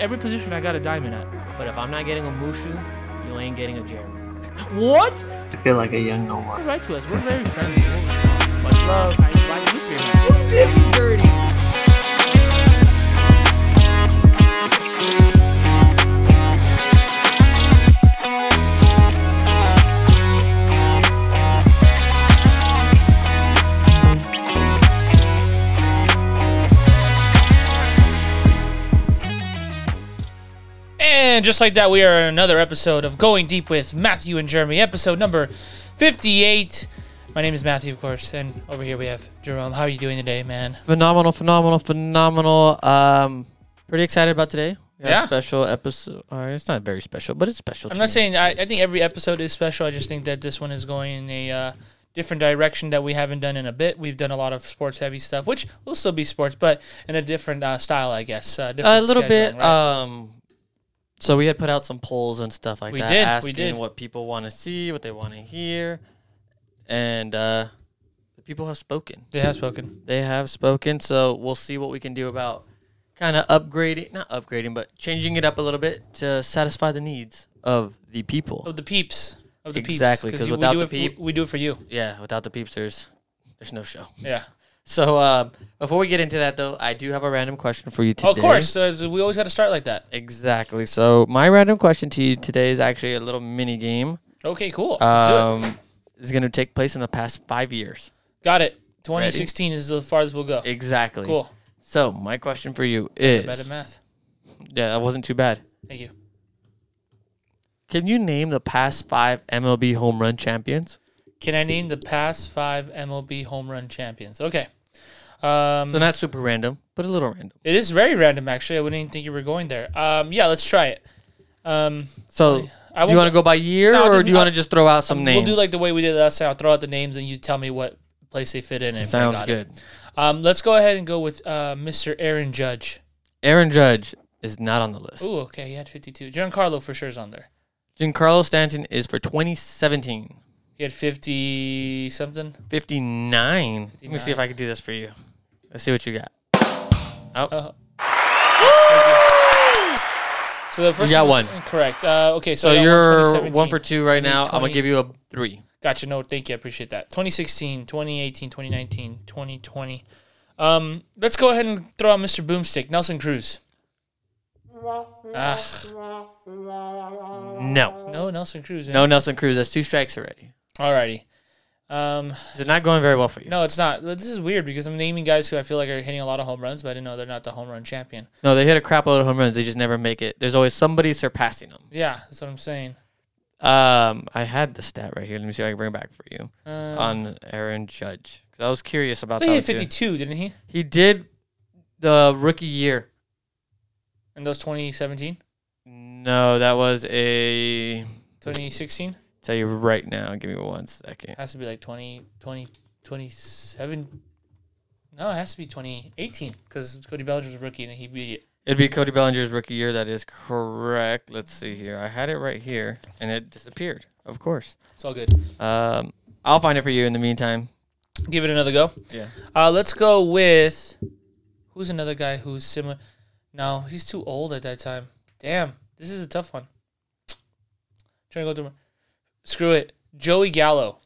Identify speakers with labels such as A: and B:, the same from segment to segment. A: every position I got a diamond at.
B: But if I'm not getting a Mushu, you ain't getting a Jeremy.
A: What?
C: I feel like a young no one.
A: Write to us. We're very friendly. Much love. I invite you here.
B: You did me dirty.
D: And just like that, we are in another episode of Going Deep with Matthew and Jeremy, episode number 58. My name is Matthew, of course, and over here we have Jerome. How are you doing today, man?
E: phenomenal, phenomenal, phenomenal. Um, pretty excited about today. We got
D: Yeah.
E: A special episode. Or uh, it's not very special, but it's special.
D: I'm
E: to
D: not
E: me.
D: saying I, I think every episode is special. I just think that this one is going in a uh, different direction that we haven't done in a bit. We've done a lot of sports heavy stuff, which will still be sports, but in a different uh, style, I guess. Uh,
E: a
D: different
E: little
D: scheduling,
E: bit.
D: right?
E: Um, so we had put out some polls and stuff like
D: We
E: that,
D: did, we
E: asking
D: did.
E: what people want to see, what they want to hear, and uh, the people have spoken.
D: they have spoken.
E: They have spoken. So we'll see what we can do about kind of upgrading, not upgrading, but changing it up a little bit to satisfy the needs of the people.
D: Of the peeps. Of the peeps.
E: Exactly, 'cause
D: you- we
E: without
D: do
E: the
D: it for-
E: peep-
D: we do it for you.
E: Yeah, without the peepsters, there's no show.
D: Yeah.
E: So uh, before we get into that, though, I do have a random question for you today.
D: Of course. Uh, we always got to start like that.
E: Exactly. So my random question to you today is actually a little mini game.
D: Okay, cool. Let's do it.
E: Um, it's going to take place in the past five years.
D: Got it. 2016 is as far as we'll go.
E: Exactly.
D: Cool.
E: So my question for you
D: Bad at
E: is,
D: math.
E: yeah, that wasn't too bad.
D: Thank you.
E: Can you name the past five MLB home run champions?
D: Can I name the past five MLB home run champions? Okay. Um,
E: So not super random, but a little random.
D: it is very random, actually. I wouldn't even think you were going there. Um, yeah, let's try it. Um,
E: So
D: I
E: do
D: won't
E: you want to go by year,
D: No,
E: or
D: just-
E: do you want
D: I-
E: to just throw out some names?
D: We'll do like the way we did last time. I'll throw out the names and you tell me what place they fit in. and if they
E: Sounds
D: got it.
E: good.
D: Um, let's go ahead and go with uh, Mr. Aaron Judge.
E: Aaron Judge is not on the list.
D: Ooh, okay. He had 52. Giancarlo for sure is on there.
E: Giancarlo Stanton is for 2017.
D: He had 50 something.
E: 59. Let me see if I can do this for you. Let's see what you got.
D: Uh, so the first
E: You got
D: was
E: one.
D: Correct. Uh, okay, so,
E: So
D: I got
E: you're
D: 2017.
E: one for two right now. I'm going
D: 20.
E: to give you a three.
D: Gotcha. No, thank you. I appreciate that. 2016, 2018, 2019, 2020. Um, let's go ahead and throw out Mr. Boomstick, Nelson Cruz. Ah,
E: No.
D: no, Nelson Cruz.
E: No Nelson Cruz. That's two strikes already.
D: Alrighty. Um,
E: It's not going very well for you.
D: no, it's not. But This is weird because I'm naming guys who I feel like are hitting a lot of home runs, but I didn't know they're not the home run champion.
E: No, they hit a crap load of home runs. They just never make it. There's always somebody surpassing them.
D: Yeah, that's what I'm saying.
E: Um, I had the stat right here. Let me see if I can bring it back for you
D: Um,
E: on Aaron Judge. 'Cause I was curious
D: I
E: about
D: think
E: that.
D: he hit
E: one, too.
D: 52, didn't he?
E: He did the rookie year.
D: In those 2017,
E: No, that was a
D: 2016.
E: tell you right now. Give me one second.
D: has to be like 20, 20, 27. No, it has to be 2018 because Cody Bellinger was a rookie and he beat it.
E: It'd be Cody Bellinger's rookie year. That is correct. Let's see here. I had it right here, and it disappeared. Of course.
D: It's all good.
E: Um, I'll find it for you in the meantime.
D: Give it another go.
E: Yeah.
D: Uh, let's go with who's another guy who's similar. No, he's too old at that time. Damn, this is a tough one. Trying to go through. my- Screw it. Joey Gallo.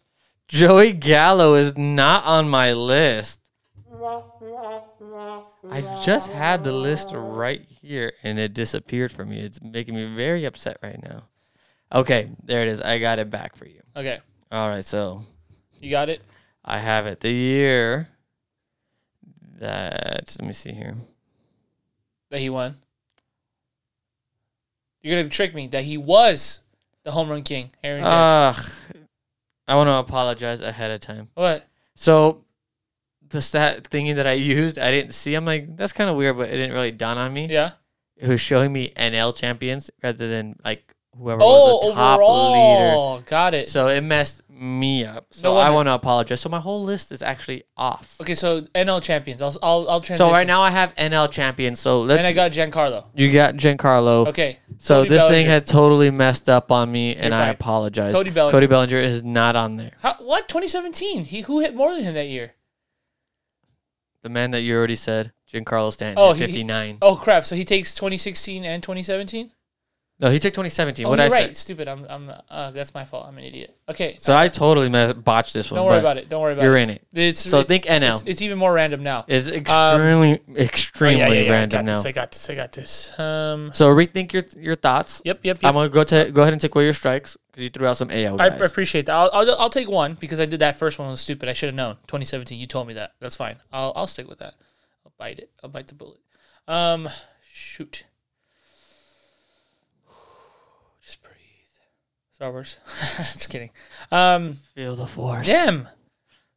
E: Joey Gallo is not on my list. I just had the list right here, and it disappeared from me. It's making me very upset right now. Okay, there it is. I got it back for you.
D: Okay,
E: All right, so
D: you got it.
E: I have it. The year that let me see here.
D: That he won. You're gonna trick me that he was the home run king, Aaron Judge.
E: Ugh, I want to apologize ahead of time.
D: what?
E: So the stat thingy that I used, I didn't see. I'm like, that's kind of weird, but it didn't really dawn on me.
D: Yeah.
E: It was showing me NL champions rather than like whoever was
D: Oh,
E: the top leader.
D: overall, got it.
E: So it messed me up. So I
D: wonder.
E: want to apologize. So my whole list is actually off.
D: okay, so NL champions. I'll I'll, I'll transition.
E: So right now I have NL champions. So let's.
D: and I got Giancarlo.
E: you got Giancarlo.
D: Okay,
E: So
D: Cody
E: this thing
D: Bellinger.
E: had totally messed up on me, and
D: You're
E: I
D: fine.
E: apologize.
D: Cody Bellinger.
E: Cody Bellinger is not on there.
D: How, what 2017? He who hit more than him that year?
E: The The man that you already said, Giancarlo Stanton,
D: Oh,
E: at
D: he-
E: 59.
D: Oh crap! So he takes 2016 and 2017.
E: no, he took 2017.
D: Oh,
E: what
D: you're
E: I
D: right.
E: said.
D: Stupid. I'm. I'm. Uh, that's my fault. I'm an idiot. Okay.
E: So I totally ma- botched this one.
D: don't worry
E: but
D: about it. Don't worry about
E: You're
D: it.
E: in it.
D: It's,
E: So
D: it's,
E: think
D: it's,
E: NL.
D: it's even more random now.
E: It's extremely, extremely
D: Oh, yeah, yeah, yeah, I
E: random
D: got
E: now.
D: This, I got this. I got this. Um.
E: So rethink your your thoughts.
D: Yep. Yep.
E: I'm
D: yep.
E: gonna go to go ahead and take away your strikes because you threw out some AL
D: I
E: guys.
D: appreciate that. I'll, I'll, I'll take one because I did that first one was stupid. I should have known. 2017. You told me that. That's fine. I'll I'll stick with that. I'll bite it. I'll bite the bullet. Um. Shoot. Just breathe. Star Wars. Just kidding. Um.
E: Feel the force.
D: Damn.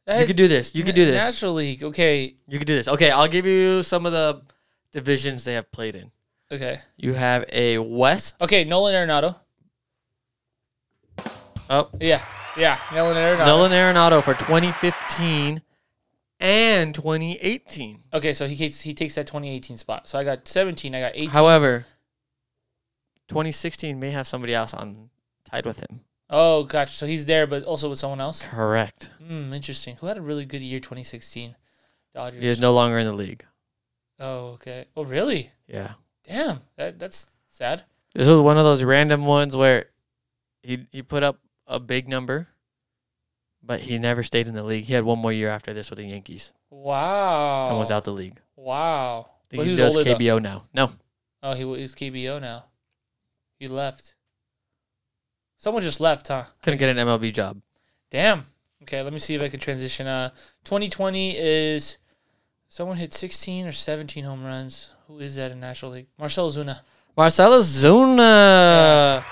E: you could do this. You could do this.
D: National League. Okay.
E: You could do this. Okay, I'll give you some of the divisions they have played in.
D: Okay.
E: You have a West.
D: Okay. Nolan Arenado.
E: Oh,
D: Yeah. Yeah. Nolan Arenado.
E: Nolan Arenado for 2015 and 2018.
D: Okay. So he takes he takes that 2018 spot. So I got 17. I got 18.
E: However, 2016 may have somebody else on tied with him.
D: oh, gotcha. So he's there, but also with someone else.
E: Correct.
D: Hmm. Interesting. Who had a really good year 2016? Dodgers.
E: He is no longer in the league.
D: Oh. Okay. Oh, really?
E: Yeah.
D: Damn. That that's sad.
E: This was one of those random ones where he he put up a big number, but he never stayed in the league. He had one more year after this with the Yankees
D: Wow.
E: and was out the league.
D: Wow.
E: I
D: But
E: think he
D: was
E: does
D: Oh. older, though.
E: KBO now. No,
D: Oh, he wa- he's KBO now. He left. Someone just left, huh?
E: couldn't get an MLB job.
D: Damn. Okay, let me see if I can transition. Uh, 2020 is someone hit 16 or 17 home runs. Who is that in National League? Marcelo Zuna.
E: Marcelo Zuna,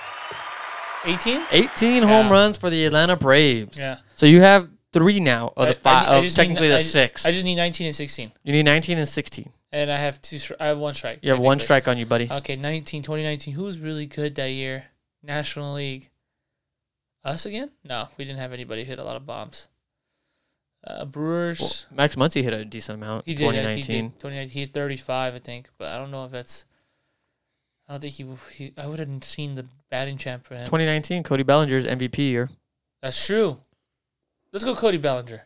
D: 18?
E: 18 home
D: Yeah.
E: runs for Oh, the Atlanta Braves.
D: Yeah.
E: So you have three now of the
D: I- I
E: five,
D: need- I
E: of
D: just need-
E: technically
D: I
E: the
D: ju-
E: six.
D: I just need 19 and 16.
E: you need 19 and 16.
D: And I have two. stri- I have one strike.
E: You have one
D: technically.
E: strike on you, buddy.
D: Okay, 19, 2019. Who was really good that year? National League. Us again? No, we didn't have anybody hit a lot of bombs. Uh, Brewers.
E: Well, Max Muncy hit a decent amount.
D: He
E: in
D: did. 2019. He,
E: 2019.
D: did. 2019. he hit 35, I think, but I don't know if that's. I don't think he. he I would have seen the batting champ for him.
E: 2019, Cody Bellinger's MVP year.
D: That's true. Let's go, Cody Bellinger.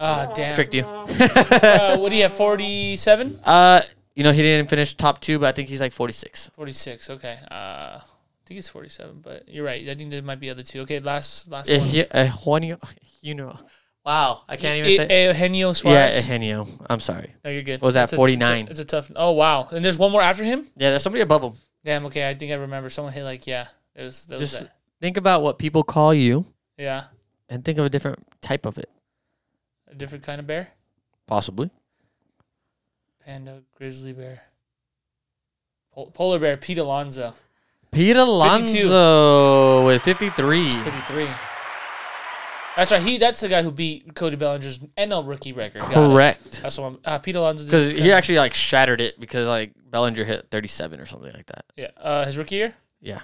D: Ah, damn.
E: Tricked you.
D: Uh, what do you have? 47?
E: Uh, you know, he didn't finish top two, but I think he's like 46.
D: 46. Okay. Uh, I think it's 47, but you're right. I think there might be other two. Okay, last last
E: Eh,
D: one.
E: he- eh, Juanio, you know. Wow, I can't even
D: E-
E: say.
D: Eugenio
E: Yeah,
D: Suarez.
E: Eugenio. I'm sorry.
D: no, you're good.
E: What was that,
D: It's a- it's a-
E: 49?
D: It's a, tough. Oh wow! And there's one more after him.
E: Yeah, there's somebody above him.
D: Damn. Okay, I think I remember. Someone hit like yeah. It was that was
E: Just
D: that.
E: think about what people call you
D: Yeah,
E: and think of a different type of it.
D: a different kind of bear.
E: Possibly.
D: Panda, grizzly bear, Pol- polar bear, Pete Alonso,
E: Pete Alonso with 53.
D: 53. That's right. He that's the guy who beat Cody Bellinger's NL rookie record. Got it.
E: Correct.
D: That's the one. Uh, Pete Alonso. did-
E: Because he actually like shattered it because like Bellinger hit 37 or something like that.
D: yeah, uh, his rookie year.
E: Yeah.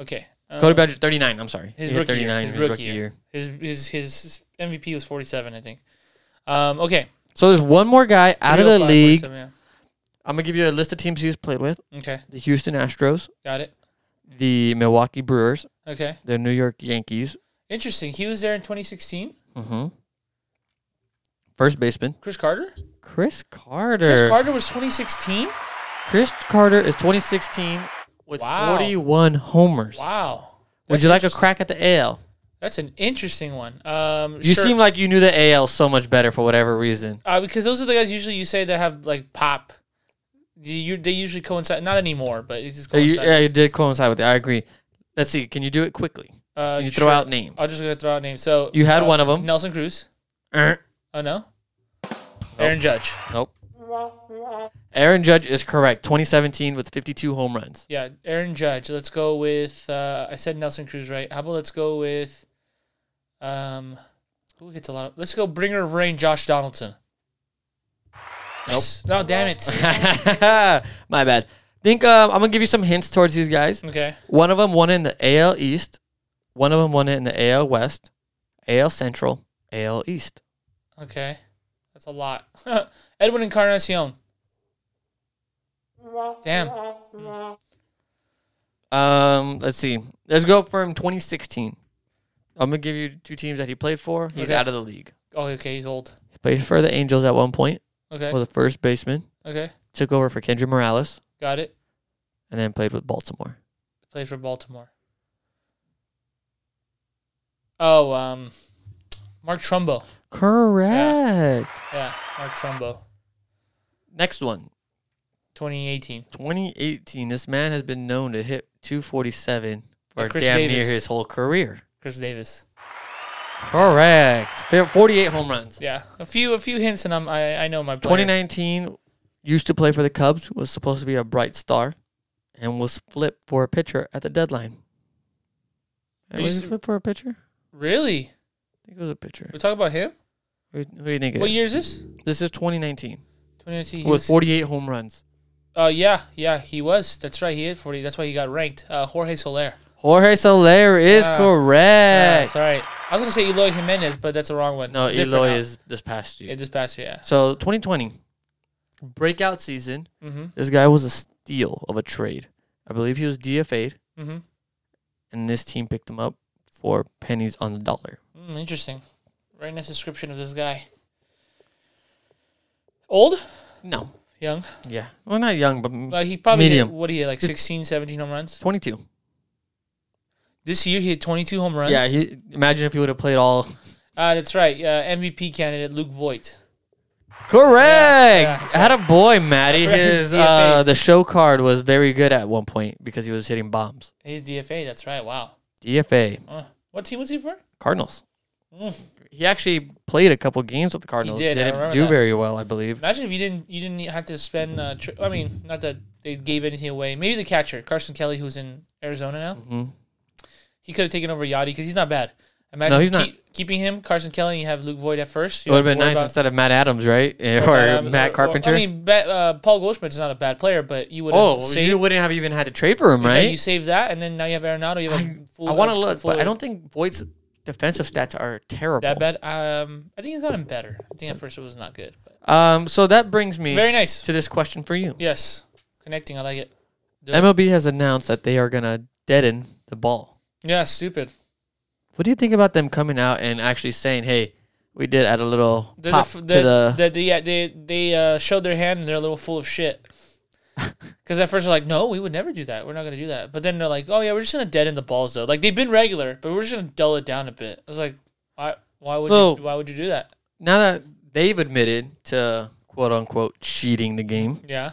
D: Okay. Um,
E: Cody Bellinger, 39. I'm sorry.
D: his
E: He hit
D: rookie year,
E: 39
D: his
E: his
D: rookie
E: rookie
D: year.
E: year.
D: His his his MVP was 47, I think. Um. Okay.
E: So there's one more guy out of the
D: 305,
E: league.
D: 47,
E: I'm going to give you a list of teams he's played with
D: yeah. Okay.
E: the Houston Astros,
D: Got it.
E: the Milwaukee Brewers,
D: Okay.
E: the New York Yankees.
D: Interesting. He was there in 2016.
E: Mm-hmm. First baseman,
D: Chris Carter.
E: Chris Carter.
D: Chris Carter was 2016.
E: Chris Carter is 2016 with
D: Wow.
E: 41 homers.
D: Wow.
E: Would
D: That's
E: you like a
D: interesting.
E: crack at the AL?
D: That's an interesting one. Um,
E: You
D: sure.
E: seem like you knew the AL so much better for whatever reason.
D: uh, because those are the guys usually you say that have like pop. You, you- they usually coincide. Not anymore, but it just
E: Uh, You,
D: coincides.
E: yeah, it did coincide with it. I agree. Let's see. Can you do it quickly?
D: uh,
E: Can you throw
D: sure.
E: out names?
D: I'll just gonna throw out names. So
E: You had
D: uh,
E: one of 'em.
D: Nelson Cruz.
E: Er,
D: Oh no. Aaron Judge.
E: nope. Aaron Judge is correct. 2017 with 52 home runs.
D: Yeah, Aaron Judge. Let's go with. Uh, I said Nelson Cruz, right? How about let's go with. Um, who hits a lot of? Let's go. Bringer of rain, Josh Donaldson. Nice. No, damn it.
E: My bad. Think um, I'm gonna give you some hints towards these guys.
D: Okay.
E: One of them won in the AL East. One of them won it in the AL West, AL Central, AL East.
D: Okay. That's a lot. Edwin Encarnacion. Damn.
E: Um, let's see. Let's go from 2016. I'm gonna give you two teams that he played for. He's
D: Okay.
E: out of the league.
D: Oh, okay. He's old.
E: played for the Angels at one point.
D: Okay.
E: Was a first baseman.
D: Okay.
E: Took over for Kendrick Morales,
D: Got it.
E: and then played with Baltimore.
D: Plays for Baltimore. Oh, um, Mark Trumbo.
E: Correct.
D: Yeah, Mark Trumbo,
E: Next one,
D: 2018.
E: 2018. This man has been known to hit 247 for
D: Like Chris
E: damn near
D: Davis.
E: his whole career.
D: Chris Davis.
E: Correct. Fa- 48 home runs.
D: Yeah, a few a few hints, and I'm I, I know my player.
E: 2019 used to play for the Cubs. Was supposed to be a bright star, and was flipped for a pitcher at the deadline.
D: He
E: was he
D: used to-
E: flipped for a pitcher?
D: Really?
E: I think it was a pitcher.
D: We talk about him?
E: Who, who do you think it
D: What
E: is?
D: year is this?
E: This is 2019.
D: 2019. he
E: With
D: was-
E: 48 home runs.
D: uh, yeah, yeah, he was. That's right. He hit 40. That's why he got ranked. Uh, Jorge Soler.
E: Jorge Soler is
D: Ah. Yeah, that's
E: correct.
D: right. I was gonna say Eloy Jimenez, but that's the wrong one.
E: no,
D: Different
E: Eloy
D: now.
E: is this past year.
D: Yeah, this past year. Yeah.
E: So 2020 breakout season.
D: Mm-hmm.
E: This guy was a steal of a trade. I believe he was DFA'd,
D: Mm-hmm.
E: and this team picked him up for pennies on the dollar.
D: Mm, interesting. Right nice description of this guy. Old,
E: No,
D: young.
E: yeah, well, not young, but m-
D: Like he probably hit,
E: Medium.
D: what do you like 16, 17 home runs
E: 22.
D: this year. He hit twenty two home runs.
E: Yeah, he, imagine if he would have played all.
D: Uh, that's right. Uh, MVP candidate Luke Voigt.
E: Correct.
D: yeah, that's
E: Had a boy, Maddie.
D: Correct.
E: His
D: DFA'd.
E: uh, the show card was very good at one point because he was hitting bombs.
D: He's DFA. That's right. Wow.
E: DFA
D: Uh, what team was he for?
E: Cardinals.
D: Mm.
E: He actually played a couple games with the Cardinals.
D: did, I
E: not
D: remember
E: do
D: that.
E: very well, I believe.
D: Imagine if you didn't you didn't have to spend. Uh, tr- I mean, not that they gave anything away. Maybe the catcher Carson Kelly, who's in Arizona now,
E: hmm
D: he could have taken over Yachty because he's not bad. Imagine
E: he's not.
D: keep- keeping him Carson Kelly. and You have Luke Voigt at first.
E: It would have been nice instead of Matt Adams, right? Or Matt Carpenter.
D: uh, I mean, ba- uh, Paul Goldschmidt's not a bad player, but you would have
E: oh, well,
D: saved.
E: you wouldn't have even had to trade for him,
D: yeah,
E: right?
D: you save that, and then now you have Arenado. You have a full,
E: I want
D: a
E: to look, but
D: full-
E: I don't think Voight's defensive stats are terrible.
D: that bad. Um, I think he's gotten better. I think at first it was not good, but
E: Um, so that brings me
D: very nice.
E: to this question for you.
D: Yes, connecting. I like it. Do it.
E: MLB has announced that they are gonna deaden the ball.
D: Yeah, stupid.
E: What do you think about them coming out and actually saying, "Hey, we did add a little
D: They're
E: pop
D: the,
E: to
D: f- the,
E: the,
D: the, the- yeah, they they uh, showed their hand and they're a little full of shit. Because at first they're like, no, we would never do that. We're not gonna do that. But then they're like, oh yeah, we're just gonna deaden the balls though. Like they've been regular, but we're just gonna dull it down a bit. I was like, why? Why would
E: So-
D: you, why would you do that?
E: now that they've admitted to quote unquote cheating the game."
D: Yeah,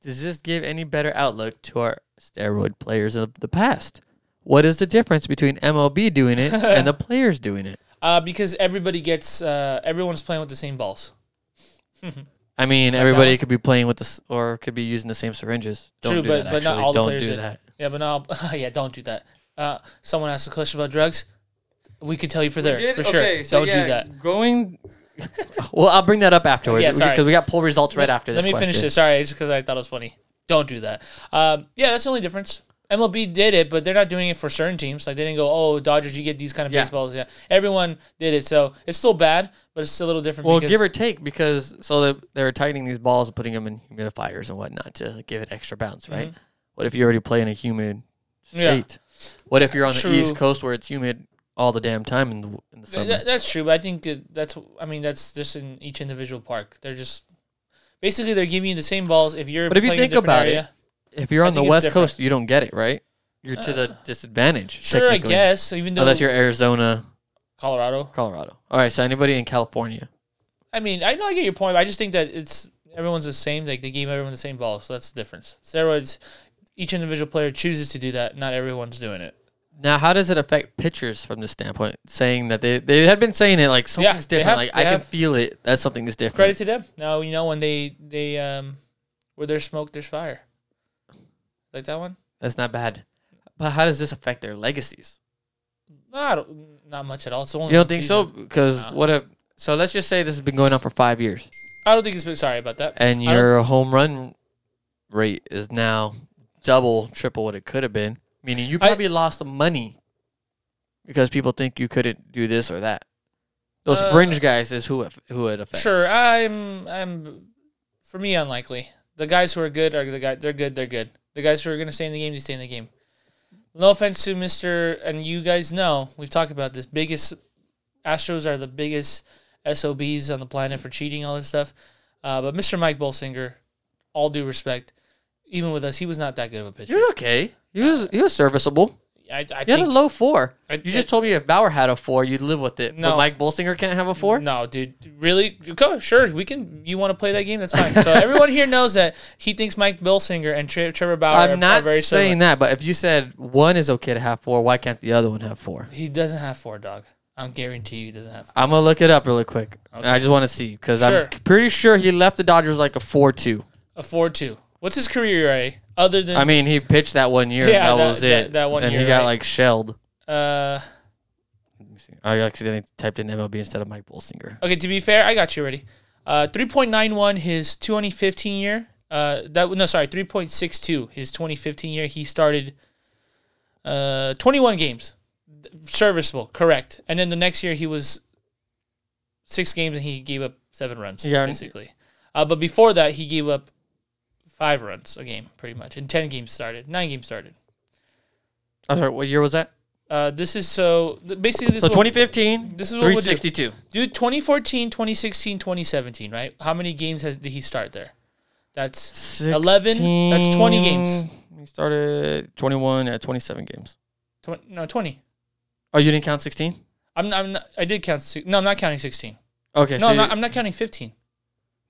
E: Does this give any better outlook to our steroid players of the past? What is the difference between MLB doing it and the players doing it?
D: uh, because everybody gets uh, everyone's playing with the same balls.
E: I mean, everybody could be playing with this or could be using the same syringes. Don't
D: True,
E: do
D: but-
E: that,
D: but not
E: actually.
D: all the
E: Don't
D: players
E: do
D: did.
E: that.
D: Yeah, but now yeah, don't do that. Uh, someone asked a question about drugs. We could tell you for there for sure. don't do that.
E: Going. well, I'll bring that up afterwards
D: Yeah,
E: because
D: sorry.
E: we got poll results right after
D: Let
E: this.
D: me
E: question.
D: finish this. Sorry, it's because I thought it was funny. Don't do that. Um, yeah, that's the only difference. MLB did it, but they're not doing it for certain teams. Like they didn't go, "Oh, Dodgers, you get these kind of
E: Yeah.
D: baseballs." Yeah, everyone did it, so it's still bad, but it's still a little different.
E: Well,
D: because-
E: give or take, because so they, they were tightening these balls and putting them in humidifiers and whatnot to give it extra bounce, right? What if you already play in a humid
D: Mm-hmm. Yeah.
E: state? What if you're on the East
D: True.
E: Coast where it's humid all the damn time in the, in
D: Th-
E: the summer?
D: th- that's true, but I think it- that's. I mean, that's just in each individual park. They're just basically they're giving you the same balls if you're.
E: But if you
D: playing a
E: think
D: different
E: about it,
D: area.
E: if you're
D: I
E: on the
D: think it's
E: West
D: different. Uh,
E: Coast, you don't get it, right? You're to the disadvantage.
D: sure, I
E: technically,
D: guess. Even though
E: Unless you're Arizona,
D: Colorado,
E: Colorado. All right, so anybody in California.
D: I mean, I know I get your point. But I just think that it's everyone's the same. Like they gave everyone the same ball, so that's the difference. Steroids, each individual player chooses to do that. Not everyone's doing it.
E: Now, how does it affect pitchers from the standpoint? Saying that they they had been saying it like something's
D: they
E: different.
D: have-
E: like
D: they
E: I can
D: have-
E: feel it. That's something that's different.
D: Credit to them. Now you know when they they um, where there's smoke, there's fire. Like that one.
E: That's not bad. But how does this affect their legacies?
D: Not not much at all. It's only
E: You don't
D: one
E: think so?
D: season.
E: Because
D: No.
E: what if? So let's just say this has been going on for five years,
D: I don't think it's been. Sorry about that.
E: and
D: I don't-
E: your home run rate is now double, triple what it could have been. Meaning you
D: I-
E: probably lost some money because people think you couldn't do this or that. Those
D: Uh,
E: fringe guys is who it, who it affects.
D: Sure, I'm. I'm. For me, unlikely. The guys who are good are the guys. They're good. They're good. The guys who are gonna stay in the game, they stay in the game. No offense to Mister, and you guys know we've talked about this. Biggest Astros are the biggest SOBs on the planet for cheating, all this stuff. Uh, but Mr. Mike Bolsinger, all due respect, even with us, he was not that good of a pitcher.
E: You're okay. He was he was serviceable.
D: I, I
E: You had a
D: think,
E: low four.
D: I-
E: you just told me if Bauer had a four, you'd live with it.
D: No.
E: But Mike Bolsinger can't have a four.
D: no, dude, really? Okay, sure, we can. You want to play that game? That's fine. So everyone here knows that he thinks Mike Bolsinger and Tre- Trevor Bauer are-
E: I'm
D: are
E: not
D: very
E: saying
D: similar.
E: that, but if you said one is okay to have four, why can't the other one have four?
D: He doesn't have four, dog. I guarantee you, he doesn't have. Four.
E: I'm gonna look it up really quick. I just want to see because
D: Sure.
E: I'm pretty sure he left the Dodgers like a four-two.
D: A four-two. What's his career ERA other than?
E: I mean, he pitched that one year.
D: Yeah,
E: and that,
D: that-
E: was it.
D: that- that one
E: and he
D: year,
E: got
D: right.
E: like shelled.
D: uh,
E: Let me see. I accidentally typed in MLB instead of Mike Bolsinger.
D: okay. To be fair, I got you already. Uh, three point nine one his 2015 year. Uh, that no, sorry, three point six two his 2015 year. He started, uh, 21 games, serviceable, correct. And then the next year he was six games and he gave up seven runs,
E: Yeah, and-
D: basically. Uh, but before that he gave up five runs a game, pretty much, and ten games started, nine games started.
E: I'm sorry. What year was that?
D: Uh, this is so th- basically this
E: So
D: will-
E: 2015.
D: This is what we'll do.
E: 362.
D: dude 2014 2016 2017 right how many games has did he start there that's 11, that's 20 games.
E: 16. He started 21 at 27 games.
D: tw- no 20
E: Oh, you didn't count 16?
D: I'm, I'm not, I did count si- no I'm not counting 16
E: Okay.
D: no
E: so
D: I'm
E: you-
D: not, I'm not counting 15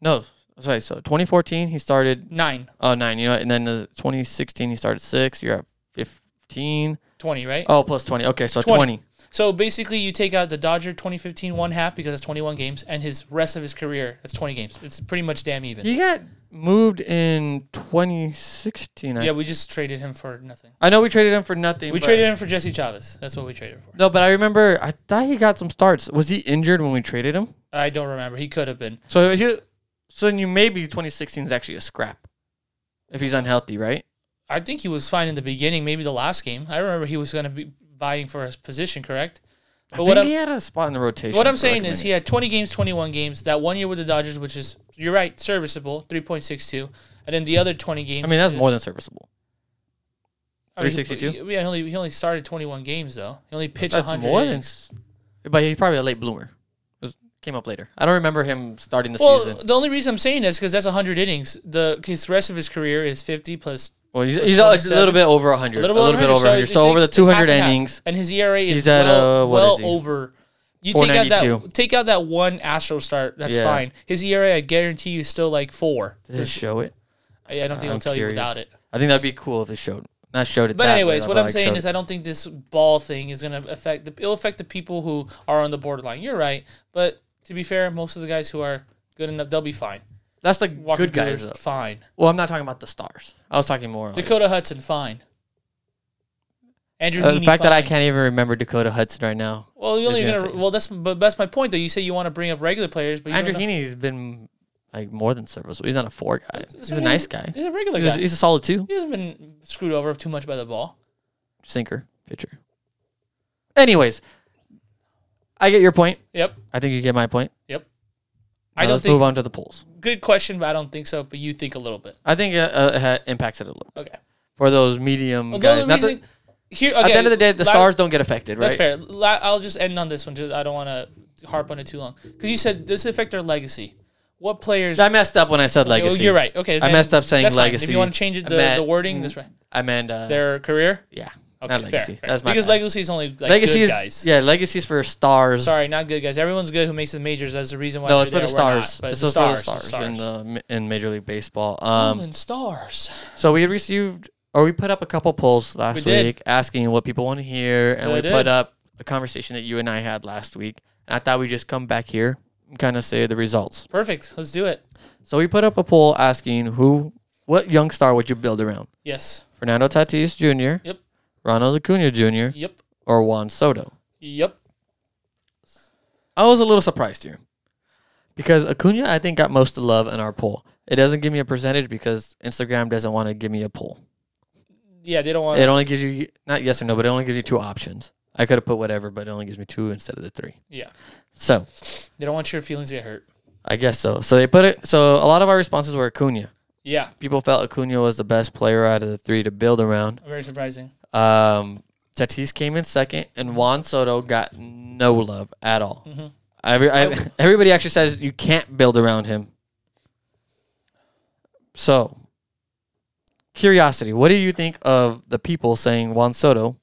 E: no. Sorry. So 2014, he started
D: 9
E: oh nine. You know, and then the 2016, he started six. You're at 15.
D: 20 right
E: Oh, plus 20. Okay, so
D: 20.
E: 20.
D: so basically you take out the Dodger 2015 one half because it's 21 games and his rest of his career that's 20 games it's pretty much damn even
E: He got moved in 2016. I,
D: yeah we just traded him for nothing
E: I know we traded him for nothing.
D: we
E: but-
D: traded him for Jesse Chavez that's what we traded him for
E: No, but I remember. I thought he got some starts. Was he injured when we traded him?
D: I don't remember he could have been
E: So he, so then you maybe 2016 is actually a scrap, if he's unhealthy, right?
D: I think he was fine in the beginning, maybe the last game. I remember he was going to be vying for his position, correct? But
E: I
D: what
E: think
D: I'm,
E: he had a spot in the rotation.
D: what I'm
E: for,
D: saying
E: like, a
D: is he
E: minute.
D: had 20 games, 21 games, that one year with the Dodgers, which is, you're right, serviceable, 3.62. And then the other 20 games.
E: I mean, that's
D: uh,
E: more than serviceable.
D: I mean, he-
E: 362?
D: Yeah, he only, he only started 21 games, though. He only pitched
E: That's
D: 100.
E: more than. s- But he's probably a late bloomer. It was- came up later. I don't remember him starting the
D: well,
E: season.
D: the only reason I'm saying this because that's 100 innings. The his rest of his career is 50 plus
E: Well, he's,
D: was
E: he's a- a
D: 27.
E: little bit over 100. A little, bit over 100. So,
D: it's-
E: over the
D: it's half
E: 200
D: and half.
E: innings.
D: and his ERA is
E: He's at,
D: well,
E: uh, what
D: well
E: is he?
D: over. You take out that
E: 492.
D: take out that one Astro start. That's
E: Yeah.
D: fine. His ERA, I guarantee you, is still like four.
E: Does it show it?
D: I, I don't think
E: I'm
D: I'll tell
E: curious.
D: you without it.
E: I think that'd be cool if it showed. Not showed it.
D: But
E: that way,
D: anyways, what
E: but,
D: I'm
E: like,
D: saying
E: showed
D: is, I don't think this ball thing is gonna affect. The, it'll affect the people who are on the borderline. You're right, but to be fair, most of the guys who are good enough, they'll be fine.
E: that's the
D: Walker
E: good guys.
D: Buehler's
E: though.
D: fine.
E: Well, I'm not talking about the stars. I was talking more. Like,
D: Dakota Hudson, fine. Andrew
E: uh, the
D: Heaney,
E: fact that I
D: fine.
E: can't even remember Dakota Hudson right now.
D: Well, you only
E: Is the
D: gonna,
E: answer.
D: well that's but that's my point though. You say you want to bring up regular players, but you
E: Andrew
D: don't know-
E: Heaney's been like more than serviceable. He's not a four guy. He's
D: what
E: a
D: I
E: nice
D: mean.
E: guy.
D: he's a regular
E: He's a,
D: guy.
E: he's a solid two
D: he hasn't been screwed over too much by the ball.
E: sinker pitcher. Anyways, I get your point.
D: Yep,
E: I think you get my point.
D: yep.
E: Now
D: I don't
E: let's
D: think
E: move on to the polls.
D: good question, but I don't think so. But you think a little bit.
E: I think it, uh, it ha- impacts it a little
D: Okay.
E: for those medium
D: Well, the
E: guys.
D: only
E: Not the-
D: reason- here
E: at
D: okay,
E: the end of the day, the
D: la-
E: stars don't get affected, right?
D: That's fair. La- I'll just end on this one. Just I don't want to harp on it too long because you said this affect their legacy. What players?
E: I messed up when I said
D: Okay, well,
E: legacy.
D: You're right. Okay,
E: I
D: then
E: messed up saying
D: that's fine.
E: legacy.
D: If you want to change it,
E: I
D: the,
E: meant-
D: the wording, that's right.
E: I meant uh,
D: Their career.
E: yeah,
D: Okay,
E: not legacy.
D: Fair, fair.
E: That's my
D: because
E: bad.
D: legacy is only like
E: legacy
D: good
E: is
D: guys.
E: yeah, legacy is for stars.
D: Sorry, not good guys. Everyone's good who makes the majors. That's the reason why.
E: No,
D: we're
E: it's for
D: there.
E: the
D: We're not,
E: stars.
D: but
E: It's
D: the
E: just for the
D: stars, the
E: stars um, in
D: stars.
E: the in Major League Baseball. Um,
D: Golden stars.
E: so we received or we put up a couple polls last
D: We did.
E: week asking what people want to hear, and
D: They
E: we
D: did.
E: put up a conversation that you and I had last week. And I thought we'd just come back here and kind of say the results.
D: Perfect. Let's do it.
E: So we put up a poll asking who, what young star would you build around?
D: Yes.
E: Fernando Tatis Jr.
D: Yep.
E: Ronald Acuna Jr.
D: Yep.
E: or Juan Soto.
D: Yep.
E: I was a little surprised here because Acuna, I think, got most of the love in our poll. It doesn't give me a percentage because Instagram doesn't want to give me a poll.
D: Yeah, they don't want.
E: It only gives you not yes or no, but it only gives you two options. I could have put whatever, but it only gives me two instead of the three.
D: yeah,
E: So
D: they don't want your feelings to get hurt.
E: I guess so. So they put it. So a lot of our responses were Acuna.
D: Yeah,
E: People felt Acuna was the best player out of the three to build around.
D: very surprising. Mm-hmm.
E: Um, Tatis came in second, and Juan Soto got no love at all. Every, I, everybody actually says you can't build around him. So, curiosity. What do you think of the people saying Juan Soto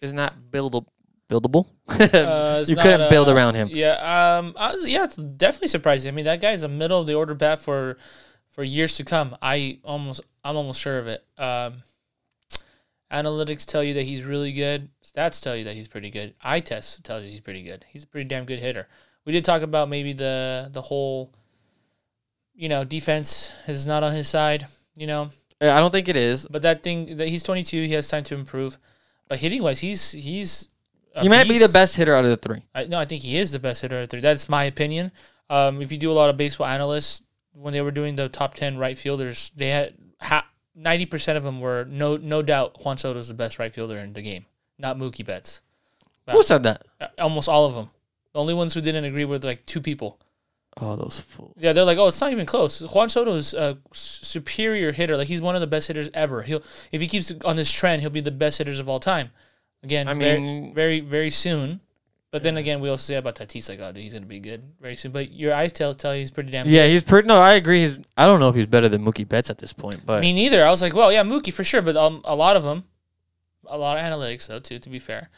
E: is not buildable? Buildable?
D: Uh, it's
E: you
D: not,
E: couldn't build
D: uh,
E: around him.
D: Yeah, um, I was, yeah, it's definitely surprising. I mean, that guy's a middle of the order bat for for years to come. I almost, I'm almost sure of it. Um, analytics tell you that he's really good. Stats tell you that he's pretty good. Eye test tells you he's pretty good. He's a pretty damn good hitter. We did talk about maybe the the whole, you know, defense is not on his side. You know,
E: I don't think it is.
D: but that thing that he's 22, he has time to improve. But hitting wise, he's he's. a
E: He might be the
D: beast.
E: best hitter out of the three.
D: I, no, I think he is the best hitter at three. That's my opinion. Um, if you do a lot of baseball analysts, when they were doing the top ten right fielders, they had ninety percent of them were no no doubt Juan Soto is the best right fielder in the game, not Mookie Betts.
E: Who said that?
D: Uh, Almost all of them. The only ones who didn't agree were like two people.
E: Oh, those fools.
D: Yeah, they're like, oh, it's not even close. Juan Soto is a s- superior hitter. Like he's one of the best hitters ever. He'll if he keeps on this trend, he'll be the best hitters of all time. Again,
E: I
D: very-
E: mean-
D: very very soon. But then again, we also say about Tatis, like, oh, dude, he's gonna be good very soon. But your eyes tell tell you he's pretty damn.
E: Yeah, he's pretty. No, I agree. He's. I don't know if he's better than Mookie Betts at this point, but
D: Me neither. I was like, well, yeah, Mookie for sure. But um, a lot of them, a lot of analytics though too. To be fair,